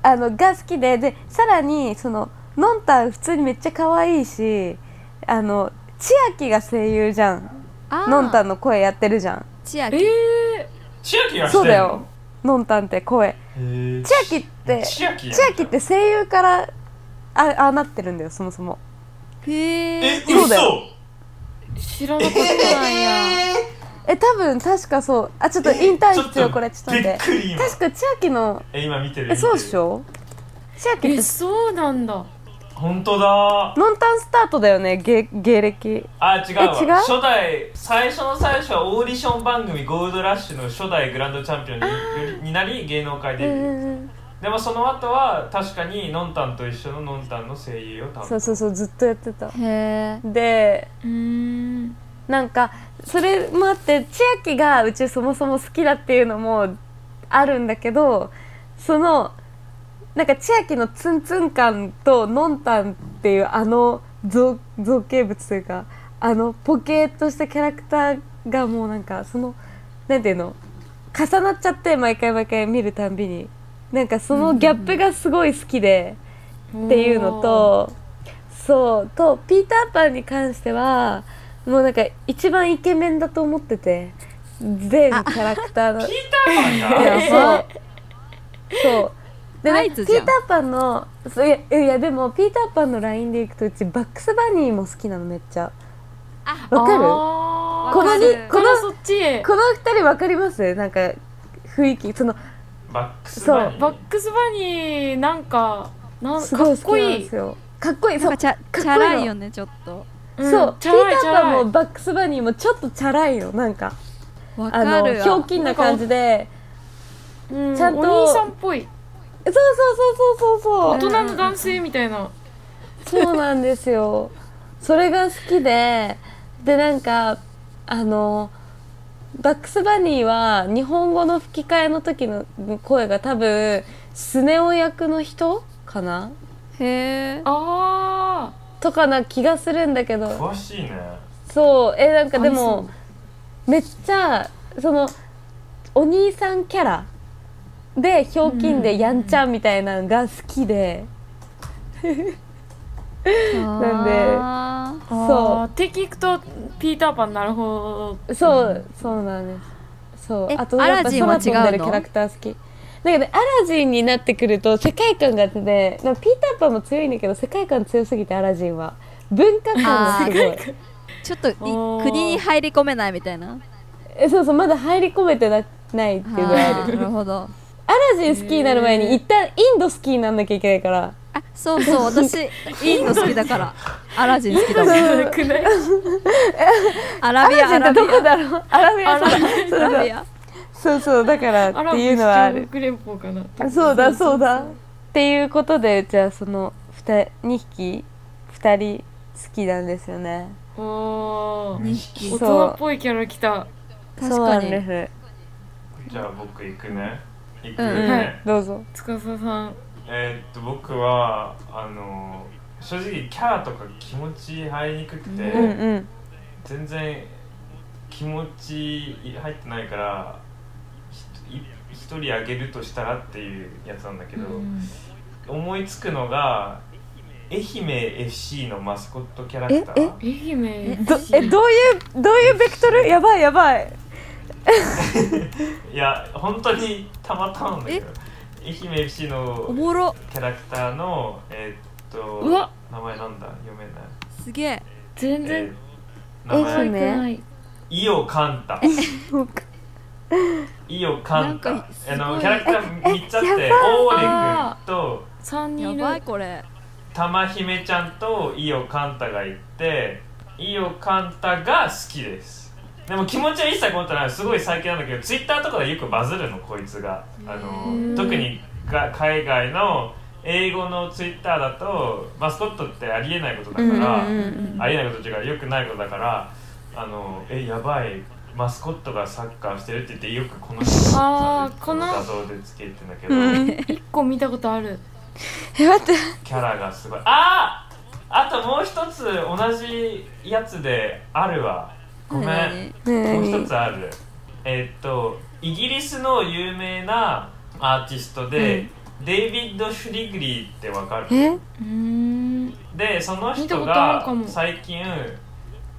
あのが好きででさらにそののんたん普通にめっちゃ可愛いしあの千秋が声優じゃん
あ
のんた
ん
んの声やってるじゃん
千秋
ええ
千秋がしてん
そ
の
うだよのんたんって声
へー
千秋って
千秋やん
千秋って声優からあああなってるんだよそもそも
へ
え
え
そうだよ
嘘
ー、知らなかったなんや。
え多分確かそうあちょっとインターン必要これちょっと待っ
びってくり今
確か千秋の
え今見てる
えそうっし
ょ
ょ千秋っ
え、
て
そうなんだ。
本当だ
ノンタンスタートだよね芸芸歴
あ違うわ
え違う
初代最初の最初はオーディション番組ゴールドラッシュの初代グランドチャンピオンにになり芸能界デビュー、でもその後は確かにのんたんと一緒ののんたんの声優を多
そ
分
うそうそうずっとやってた
へえ
で
うーん。
なんかそれもあって千秋がうちそもそも好きだっていうのもあるんだけどそのなんか千秋のツンツン感とのんたんっていうあの造造形物というかあのポケーっとしたキャラクターがもうなんかそのなんていうの重なっちゃって毎回毎回見るたんびになんかそのギャップがすごい好きで。っていうのとそうとピーターパンに関してはもうなんか一番イケメンだと思ってて全キャラクターの
ピーターパンが
そうそうで
ナ
ね
イ
ピ
ツ
ー
じゃん
ターパンのそういやいやでもピーターパンのラインでいくとうちバックスバニーも好きなのめっちゃわかる
あー
このに
こ
こ
の
の
そっちへ。
この二人わかりますなんか雰囲気その
バックスバニー
バックスバニーなんかなん
す
か
ごい
っ
好
こ
きなん
い
で
い
す。よかっこいい
な
そ
ん
う
かチャ
こいい
チ
の
ャラいよねちょっと
ん
そう
チ
ピ
ャ
ー
ラい
ターパン
チャラ
もバックスバニーもちょっとチャラいよなんか
わ
あ
か
の
る
ひょうきんな感じで
うん
ちゃんと
お兄さんっぽい。
そうそうそうそう
大
そう
人の男性みたいな。
そうそうなんですよそれが好きででなんかあのバックスバニーは日本語の吹き替えの時の声が多分スネ夫役の人かな
へえ
ああ。
とかな気がするんだけど
詳しいね
そうえなんかで
あり
もめっちゃそのお兄さんキャラでひょうきんでやんちゃんみたいなのが好きで、
なんで
そ
そう。って聞くとピーターパンなるほ
うそうそうなんですそう
え
あとやっ
アラ
ぱ
ジンは
空飛んで
違う
る
の
キャラクター好きだけどアラジンになってくると世界観があってねなんかピーターパンも強いんだけど世界観強すぎてアラジンは文化観がすごい
ちょっとい
おー
国に入り込めないみたいな
えそうそうまだ入り込めてなないっていうのはある
あーなるほど
アラジン好きになる前に一旦インド好きになんなきゃいけないから
あそうそう私インド好きだ からアラジン好きだ
ど。
もん
なくない。
アラビアアラビ
どこだろうアラビアそうだ
アアラビア
そうそうだから
アラ
っ
ブ
て
首
いうのはあ
長
る
国連邦かな。
そうだそうだっていうことでじゃあその 2, 2匹2人好きなんですよね
おおー。
2匹
大人っぽいキャラ来た。
確
そうな
か
んで
に
す
じゃあ僕行くね行く
う
ね、
ん
はいどうぞ
司さん。
えーっと僕はあの正直キャラとか気持ち入りにくくて、
うんうん
全然気持ち入ってないからひい一人あげるとしたらっていうやつなんだけど、思いつくのが愛媛 FC のマスコットキャラクター
愛媛。
どえどういうどういうベクトルやばいやばい
いや本当にたまたまなんだけど愛媛 FC
お
の
もろ
キャラクターのえーっと
うわ
名前なんだ読めない
すげえ
全
えー
然
名
愛
前
媛
ない。
伊予カンタ伊予カンタ
なんかすごい
あのキャラクター3つあってオーレ
あ
君と
三人
や
いる。
ばいこれ
玉姫ちゃんと伊予カンタがいて伊予カンタが好きですでも気持ちは一切こもってないすごい最近なんだけどツイッターとかでよくバズるのこいつがあ
へー
の特にが海外の英語のツイッターだとマスコットってありえないことだから、ありえないことっていうかよくないことだからあのえやばいマスコットがサッカーしてるって言ってよくこの人
あーこの
画像でつけてんだけど、
一個見たことある
え待って
キャラがすごいあーあともう一つ同じやつであるわごめんもう一つあるえーっとイギリスの有名なアーティストで、デイビッド・シュリグリーってわかる
え
うーん
でその
見た
人
ことある
が
かも
最近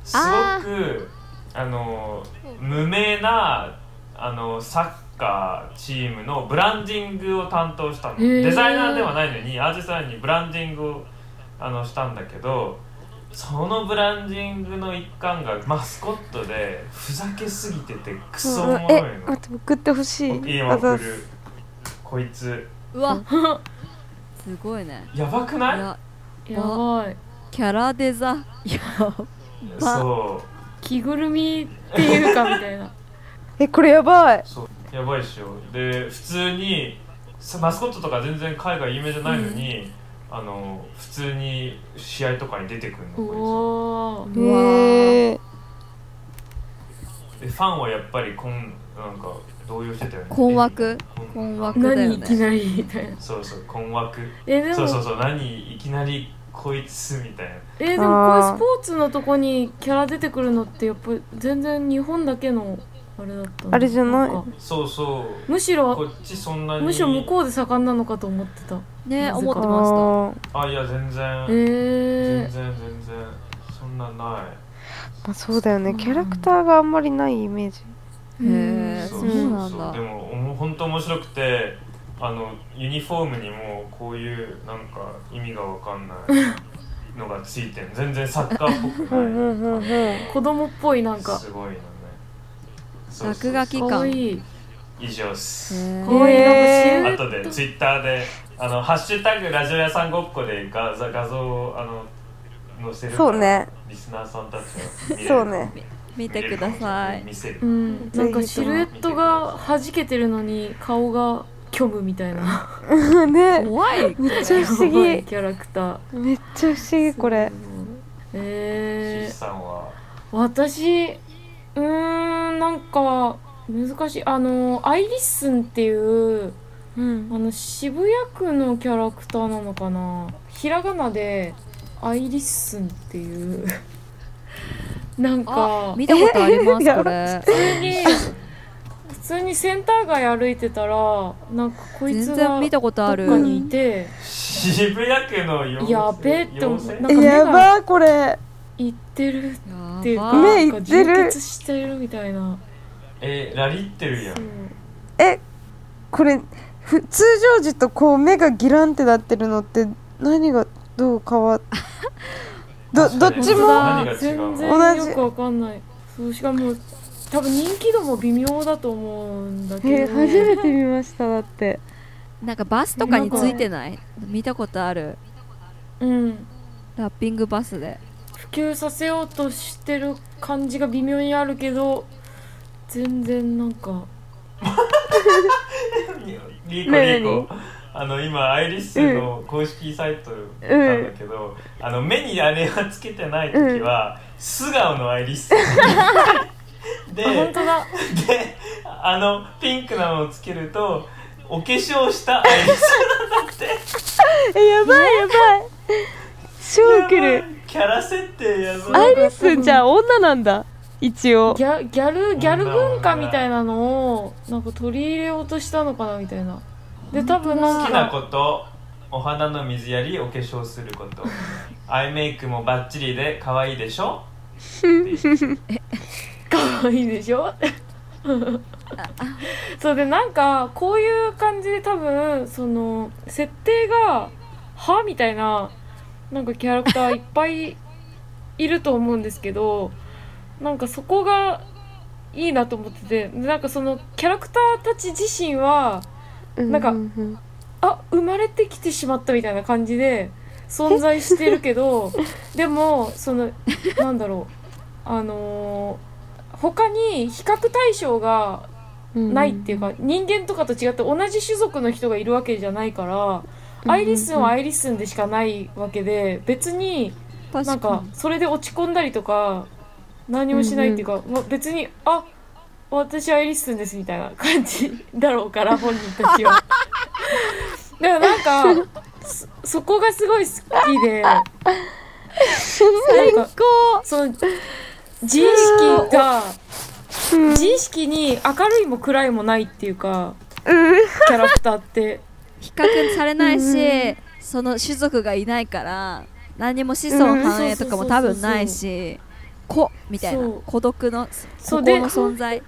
すごくあの無名なあのサッカーチームのブランディングを担当したの
へー
デザイナーではないのにアーティストなのにブランディングをあのしたんだけどそのブランディングの一環がマスコットでふざけすぎててクソおもろい
え
の。
待って送ってほしい
いい
あ
わ
ざ
来
っす
るこいつ
うわすごいね
やばく
い
ない
や
やばい
キャラデザば
そう
着ぐるみっていうかみたいな
えこれやばい
そうやばいっしょで普通にさマスコットとか全然海外有名じゃないのに、あの普通に試合とかに出てくるの
お
こ
おー
へ
うわー
え
いつでファンはやっぱりこんなんか動揺してたよね
困惑
こん
困惑だよ
何いき
ね
なりみたいな
そうそう困惑
えでも
そうそうそう何いきなりこいつみたいな
えでもこういうスポーツのとこにキャラ出てくるのってやっぱ全然日本だけのあれだったの
あれじゃない
んか
そうそう
むしろ
こっちそんなに
むしろ向こうで盛んなのかと思ってた
ね
難
思って
あ
か
ました
ー
あいや全然、
え
全然全然そんなない
まあそうだよねキャラクターがあんまりないイメージ
ー
へー
そ
そうう
そう
な
そ
ん
う
だ
でもおも本当面白くてあのユニフォームにもこういうなんか意味がわかんないのがついてる全然サッカーっぽく
うんうんうんうん
ない
子供っぽいなんか
すごいよねそうそうそう
落書き
かわいい
以上っす
へ
かわいい
へー
なん
あ
かシルエット
とでツイッターで「あのハッシュタグラジオ屋さんごっこ」で画像画像をあの載せるから
そうね
リスナーさんたちは見れる
そうね
見てください
見せる
うんなんかシルエットが弾けてるのに顔が虚無みたいな
ね
怖い
めっちゃ不思
やばい
議
キャラクター
めっちゃ不思議これ
え
岸
ー、
さんは
私うーんなんか難しいあのアイリッスンっていう
うん
あの渋谷区のキャラクターなのかなひらがなでアイリッスンっていう なん
あ
か
見たことありま
え
す
や
こ
ば
れ
に普通にセンター街歩いてたらなんかこいつ
全
が
然見たことあ
ど
る
っかにいて、
渋谷区の妖精
やべえって思う
妖精
なんか目
や
が
ばいこれ
行ってるっていう
や
か
ば
ね
なん
行
か
ってる
充血してるみたいな
えー、ラリってるやん
そう
えこれふ通常時とこう目がギランってなってるのって何がどう変わっどどっち
本当
も
だ何が違うの
全然
同じ
よくわかんないそうしかも多分人気度も微妙だと思うんだけ
え
ど、
初めて見ましただって
なんかバスとかについてない見たことある
うん
ラッピングバスで
普及させようとしてる感じが微妙にあるけど全然なんか
リーコリーコあの今アイリッスの公式サイトなんだけど、あの目にあれはつけてない時は、素顔のアイリッスで
あ本当だ
であのピンクなのをつけるとお化粧したアイリッス
えやばいやばい 超くる
キャラ設定やば
ア
い
イリスじゃあ女なんだ一応
ギャギャルギャル文化みたいなのをなんか取り入れようとしたのかなみたいなで多分な
好
ん
きなこ
か
とお花の水やりお化粧することアイメイクもバッチリで可愛いでしょっていう
可愛いでしょそうでなんかこういう感じで多分その設定が「は?」みたいななんかキャラクターいっぱいいると思うんですけどなんかそこがいいなと思っててでなんかそのキャラクターたち自身はなんか
ううん
あ生まれてきてしまったみたいな感じで存在してるけどでもそのなんだろうあのー他に比較対象が
うん
ないっていうか、人間とかと違って同じ種族の人がいるわけじゃないから、アイリスンはアイリスンでしかないわけで別に
確
なんかそれで落ち込んだりとか何もしないっていうか、ま別にあ私はエリッスンですみたいな 感じだろうから本人たちは でもなんかそそこがすごい好きで最高その自意識が自意識に明るいも暗いもないっていうかキャラクターって
比較されないしその種族がいないから何も子孫繁栄とかも多分ないし子みたいな
そう
孤独の孤
そう
高
で
の存在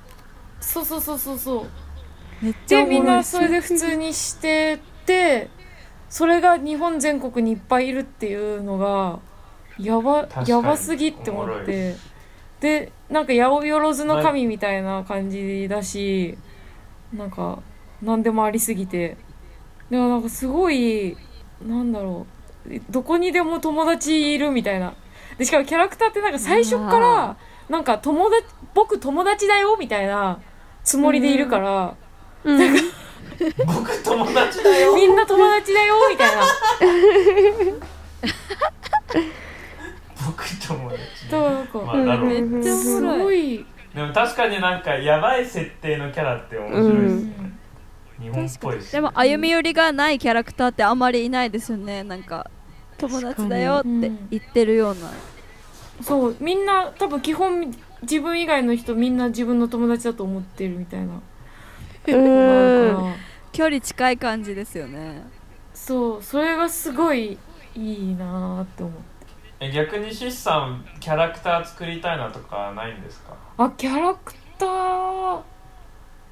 そうそうそうそうそう
めっちゃお
で
もろい
みんなそれで普通にしててそれが日本全国にいっぱいいるっていうのがやば
確かに
やばすぎって思
おも
っ
ろ
てでなんか八百万の神みたいな感じだしなんか何でもありすぎてでもなんかすごいなんだろうどこにでも友達いるみたいなでしかもキャラクターってなんか最初か
う
らなんか友達僕友達だよみたいなつもりでいるから。
僕友達だ よ
みんな友達だよみたいな。
僕友達だ
と
よ
なん
ま
か
あだろう、
めっちゃすごい。
でも確かになんかやばい設定のキャラって面白いですね、日本っぽいし
でも歩み寄りがないキャラクターってあまりいないですよねなんか友達だよって言ってるような
そうみんな多分基本自分以外の人みんな自分の友達だと思ってるみたいな。だから
距離近い感じですよね
そうそれがすごいいいなーって思う。
え逆にシスさんキャラクター作りたいなとかないんですか
あキャラクター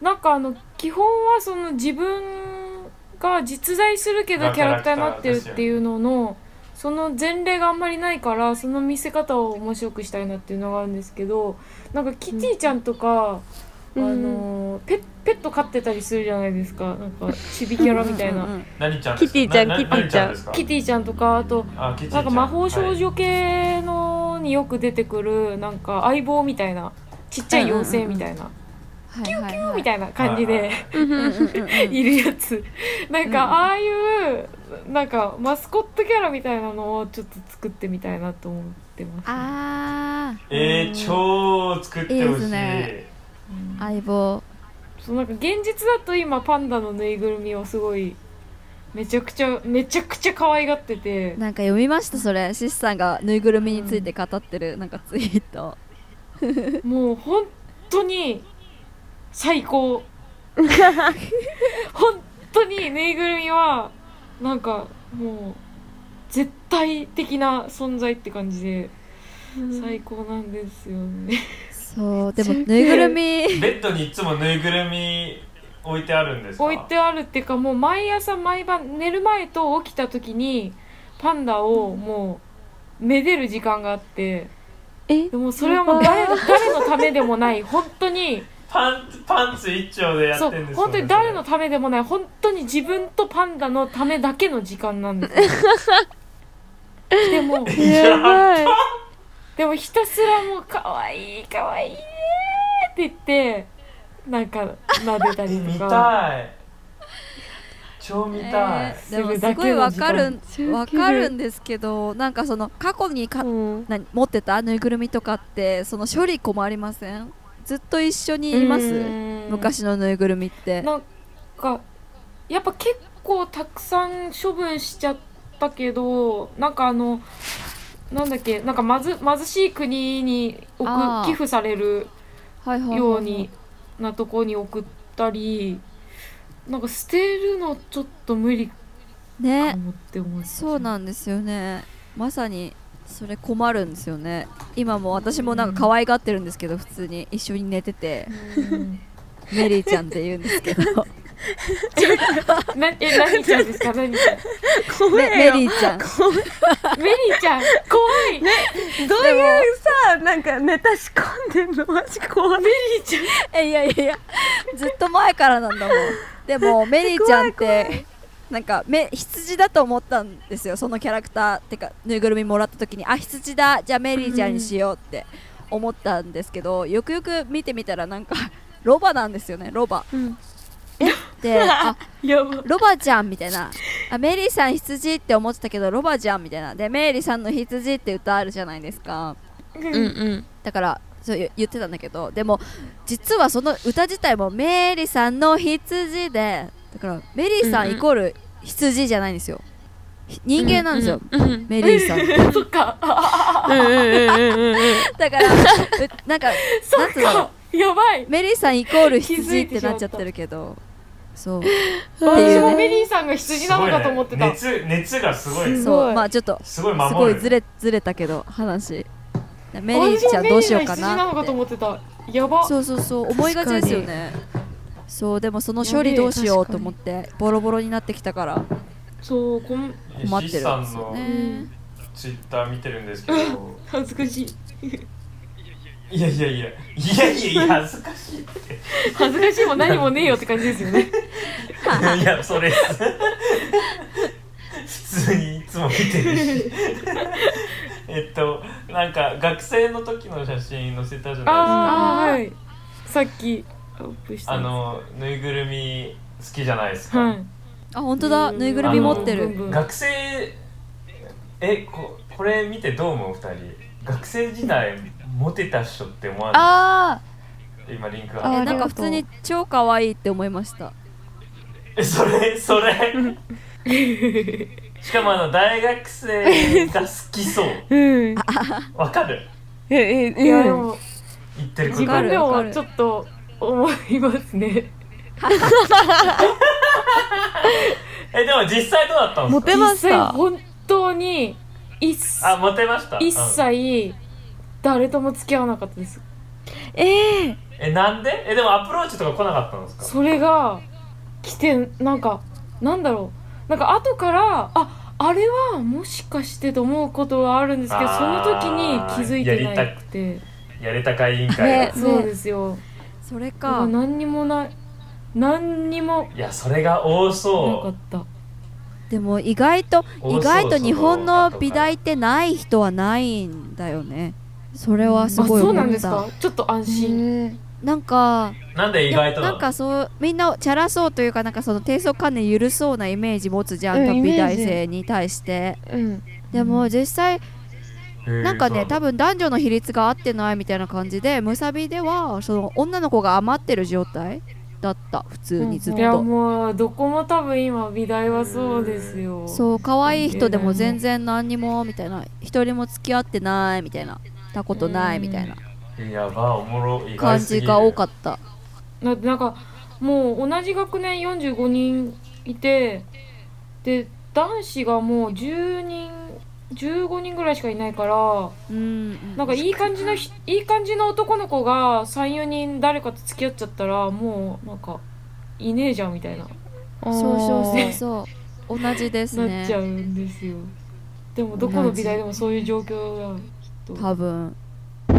なんかあの基本はその自分が実在するけど
あ
キャラクターになってるっていうののその前例があんまりないからその見せ方を面白くしたいなっていうのがあるんですけどなんかキティちゃんとか、あのペペット飼ってたりするじゃないですかなんかチビキャラみたいな、
うんうん
何ちゃんですか
キティちゃん
なな
キティちゃん
何ですか
キティちゃんとかあと
あキティちゃ
なんんか魔法少
はい
女系のによく出てくるなんか相棒みたいなちっちゃい妖精みたい
は
な。
いはいはい
みたいな感じで
うんうんうんうん
いるやつなんかああいうなんかマスコットキャラみたいなのをちょっと作ってみたいなと思ってます
あ
えー、超作っ
い
て
いで
ほしい
すねー相棒
そうなんか現実だと今パンダのぬいぐるみをすごいめちゃくちゃめちゃくちゃ可愛がってて
なんか読みましたそれシスさんがぬいぐるみについて語ってるなんかツイート
もう本当に最高本当にぬいぐるみはなんかもう絶対的な存在って感じで最高なんですよね
そうでもぬいぐるみ
ベッドにいつもぬいぐるみ置いてあるんですか
置いてあるっていうかもう毎朝毎晩寝る前と起きた時にパンダをもうめでる時間があって
え
でもそれはもう誰誰のためでもない本当に
パンパンツ一丁でや
そ
ってるん
う
です
本当に誰の
そ
ためでもない本当に自分とパンダのためだけの時間な んですよでも
れやばい
でもひたすらもう可愛い可愛いって言ってなんか撫でたり
見
とか
たい超見たい、
でもすごいわかるわかるんですけどなんかその過去にか、何持ってたぬいぐるみとかってその処理困りませんずっと一緒にいます
うん
昔のぬいぐるみって
なんかやっぱ結構たくさん処分しちゃったけどなんかあのなんだっけなんかまず貧しい国に送
あー
寄付される
はいはいはいはい
ようになとこに送ったりなんか捨てるのちょっと無理か
ね
もって思って
そうなんですよねまさにそれ困るんですよね今も私もなんか可愛がってるんですけど普通に一緒に寝てて
うん
メリーちゃんって言うんですけど
なえ何ちゃんですか何ちゃん
メメリーちゃん
メリーちゃん怖い、
どういうさなんかネタ仕込んでんのマジ怖い
えいやいやいやずっと前からなんだもんでもメリーちゃんってなんかめ羊だと思ったんですよそのキャラクターってかぬいぐるみもらった時にあ羊だじゃあメリーちゃんにしようって思ったんですけど、よくよく見てみたらなんかロバなんですよねロバ、であ
やば
ロバちゃんみたいなあメリーさん羊って思ってたけどロバちゃんみたいなでメリーさんの羊って歌あるじゃないですか
うん
だからそう言言ってたんだけどでも実はその歌自体もメリーさんの羊でだからメリーさ
うん
ん
うん
イコール羊じゃないんですよ、ひ人間なんですよ、
うんうん
メリーさん
そっか。うんうんうんうんうん。
だからうなんか
そ
な
っ
んつうの
か。やばい。
メリーさんイコール
気づ
羊っ
いて
て
しま
な
った
っちゃってるけどそう
私もメリーさんが羊なのかと思ってた。
すごいね熱熱がすごい
す
そ
ご
う
い
まあちょっと
すごい
すご
守
い
る
ずれずれたけど話メリーちゃんどうしようか
私もメリーさん羊な
な
の
っ
かと
て
思ってた。やば。
そうそうそう思いがちですよねそうでもその処理どうしようと思ってボロボロになってきたから
そう、こん、
困ってるんで
石
す
さん
よ
の
ね
ツイッター見てるんですけど
恥ずかしい。
いやいやいやいやいやいや恥ずかしい
恥ずかしいも何もねえよって感じですよ ね。
いやそれ普通にいつも見てるしえっとなんか学生の時の写真載せたじゃないですか
ああ、はい。さっき、アップした
あ
やつ。
のぬいぐるみ好きじゃないですか、
はい。
あ本当だ
うん
ぬいぐるみ持って
あの
る
学生えここれ見てどう思う二人学生時代モテた人って思わな
あ
い今リンク
あ
が
なんか普通に超可愛いって思いました
えそれそれしかもあの大学生が好きそう
うん。
わかる
え、え、
いや、
え
で、も、
言ってるこ
自
と
分で
わか
も
る
ちょっと思いますね。
えでも実際どうだったんです
モ
か
テまし
実際
た。
本当に一
あモテました
一
うん
切誰とも付き合わなかったです
ええ。
えなんでえでもアプローチとか来なかったんですか
それが来てなんかなんだろうなんか後からああれはもしかしてと思うことはあるんですけどその
あー
時に気づいてなくて
やれたか委員会
ね
が
そうですよ
それ
だから
か
何にもない何にも
いやそれが多
なか
そ
った
でも意外と
う
意外と日本
多
の
そうその
美大ってない人はないんだよねそれはす
あ
ごい
そうな
思
ん
っ
です
た
かちょっと安心
なんか
なんで意外と
いやな
なの
んかそうみんなチャラそうというかなんかその低層観念緩そうなイメージ持つじゃ、
うんん
多分
イメー
美大
ジ
生に対して
うん。
でも実際
へー
なんか
そ
ね
う
多分男女の比率が合ってないみたいな感じでむさびではその女の子が余ってる状態だった普通にずっ
いや
と、
もうどこも多分今美大はそうですよ
そう可愛い人でも全然何にもみたいな一人も付き合ってないみたいなたことないみたいな
やばおもろい
感じが多か
っ
った
だってなんかもう同じ学年45人いてで男子がもう10人15人ぐらいしかいないから
うん
なんかいい感じのひいい感じの男の子が34人誰かと付き合っちゃったらもうなんかいねえじゃんみたいな
そうそう
あー
そうそう同じです
なっちゃ
ね
うんですよでもどこの美大でもそういう状況だきっと
多分
た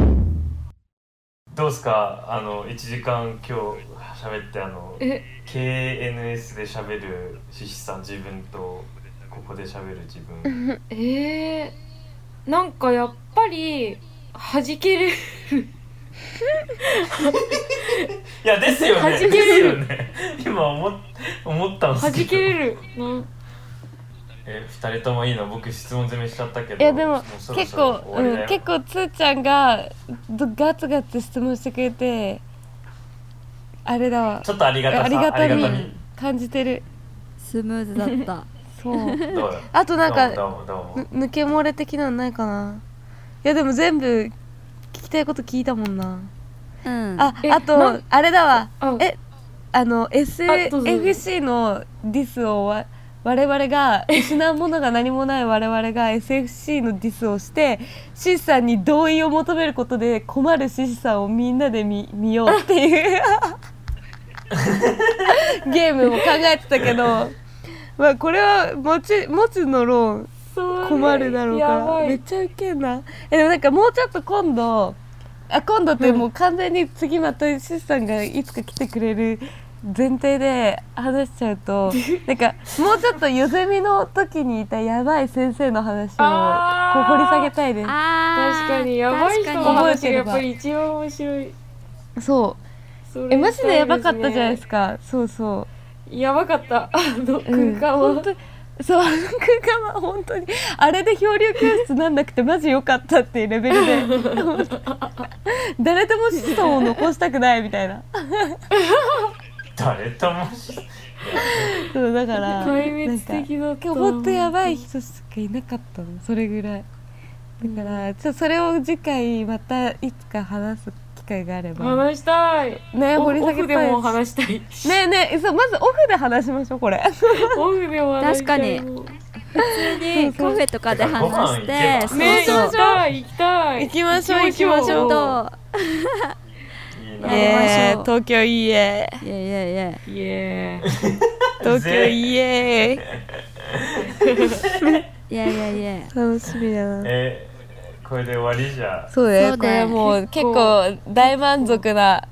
どうですかあの1時間今日喋ってあの
え
KNS で喋るシシさん自分とここで喋る自分
えー、なんかやっぱり弾ける
いやですよね
弾ける
ですよね 今思っ思ったんです
弾
けど
けれるな
え二人ともいいの僕質問攻めしちゃったけど
いやでも
そろ
結
そろ
構、
終わりだ
う
よ
ん、結構つーちゃんがどガツガツ質問してくれてあれだわ
ちょっとありがたさ
ありがたみ
ありが
感じてる
スムーズだ った
そう
たみどうよ
あとなん
どう
か
もどうもどうも
ぬ抜け漏れ的なのないかないやでも全部聞きたいこと聞いたもんな
うん
あ
えな
あとあれだわ
あ
えあの
あどうぞ
SFC のディスをわ我々 が失うものが何もない我々が SFC のディスをしてシシさんに同意を求めることで困るシシさんをみんなで見見ようっていう ゲームも考えてたけど、まあ、これは持ち持つのローン困るだろうか
やば
ら
い
めっちゃウケんなえでもなんかもうちょっと今度あ今度ってもう完全に次またシスさんがいつか来てくれる前提で話しちゃう となんかもうちょっとよゼミの時にいたやばい先生の話をこう
あー
掘り下げたいで
あ
確かにやばい人の
覚え
話が
て
や
れ
っ
ば
ぱり一番面白い
すそうえマジでやばかったじゃないです
か
かそうそう
やばかったあの
うん
空間は、
本当にそう空間は本当にあれで漂流教室なんなくてマジ良かったっていうレベ ルで本当に誰でも子孫を残したくないみたいな
誰ともし
そうだから
壊
なん
滅
か
的だった
本当やばい人しかいなかったのそれぐらいだからちょそれを次回またいつか話す機会があれば
話したい
ね
オ
掘り
フオ
下げ
フ
た
で
い
も話したい
ねえねえそうまずオフで話しましょうこれ
オフでも話したい
確
も
普
う
通にカフェとかで話し
だ
て
からご飯行けば
そうそう
ね行きたい行きたい
行きましょう
行きまし
ちょっ
ょう
と
いい
イ
な。
エーイ東京いいえ
いやいやいや
イエーイ
東京いいえ
いやいやいや
楽しみだな
えー、これで終わりじゃ。
そう
そ
だ
う
よこ
だ
れ
よ
もう結構大満足な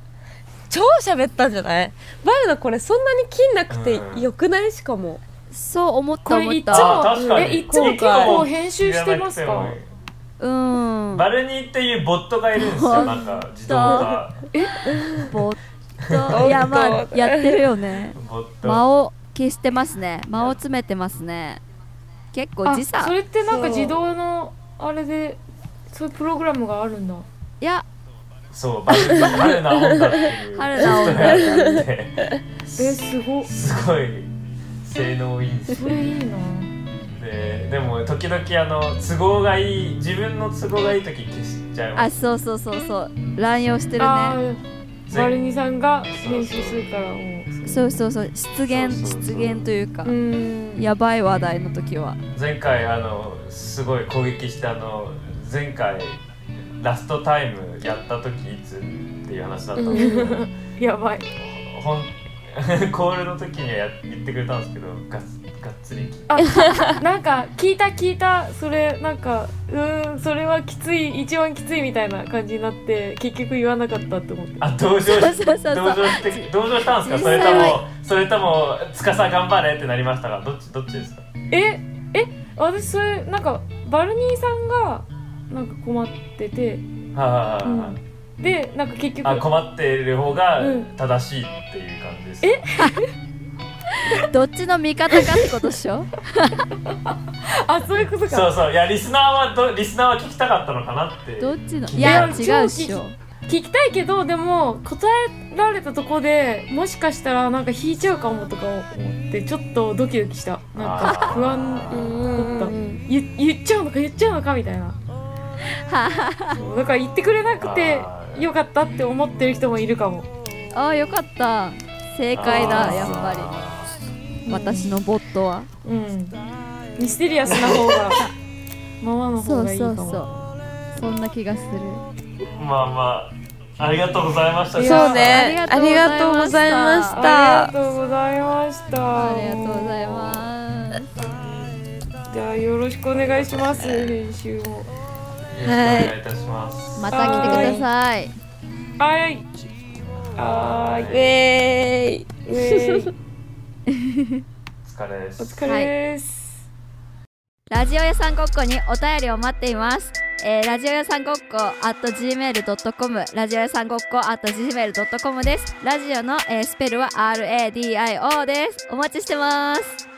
超喋ったんじゃないバウナこれそんなに金なくてよくないしかも
そう思った
これ
思
い
っ
っち
た
あ確
も
かに
えいっちも結構編集してます
いら
か
なくて
うん
もバルニーっていうボットがいるんですよ。なんか自動化
ぼっといやまあやってるよ ね
ボット。
間を消してますね間を詰めてますね結構
あ
時差
それってなんか自動のあれでそういうプログラムがあるんだ
いや
そうバルニー春な女っていう
春な女
ソフトウェアがあって。
え すご
すごい性能いいんです
そ
よ
れいいな
ででも時々あの都合がいい自分の都合がいい時消しちゃいま
あ
す
そうそうそうそう乱用してる
あ
ね
ーバルニさんが編集するからもう
そうそうそう失言
そうそうそう
失言というか
うーん
やばい話題の時は
前回あのすごい攻撃したあの前回ラストタイムやった時いつっていう話だったんですけど
やばい
ほん コールの時にはや言ってくれたんですけどがっがっつり聞い
なんか聞いた聞いたそれなんかうーんそれはきつい一番きついみたいな感じになって結局言わなかったって思って
あ同情し
そうそうそう
同情して同情したんですかそれともそれとも司頑張れってなりましたがどっちどっちですか
ええ私それなんかバルニーさんがなんか困ってて
はいはいはいは
う
い
んでなんか結局
あ困っている方が
うん
正しいっていう感じです、
どっちの味方かってことっしょ
あそういうことか
そうそういやリスナーはどリスナーは聞きたかったのかなって
どっちのい
い
や
や
違うっしょ
聞きたいけどでも答えられたとこでもしかしたらなんか引いちゃうかもとか思ってちょっとドキドキしたなんか
あー
不安だった言言っちゃうのか言っちゃうのかみたいなそうだから言ってくれなくて
あー
よかったって思ってる人もいるかも
ああよかった正解
あ
だ
ー
やっぱり私のボットは
うんミステリアスな方がままの
そ
方
う
がいいか
そう
も
そうそんな気がする
まあまあありがとうございました
いや
そうね
あ
あ
り
り
が
が
と
と
う
う
ご
ご
ざ
ざ
い
い
ま
ま
し
した
あり
た
がとうございました
ありがとうございます
すじゃあよろしくお願いします編集
よ
を
ろしくお願いいたします、
また来てください
はいはい
ウェーイ
ウェ ーイ
お疲れです
お疲れです、
ラジオ屋さんごっこにお便りを待っています。えーラジオ屋さんごっこ at gmail.com ラジオ屋さんごっこ at gmail.com です。ラジオの、えースペルは RADIO です。お待ちしてます。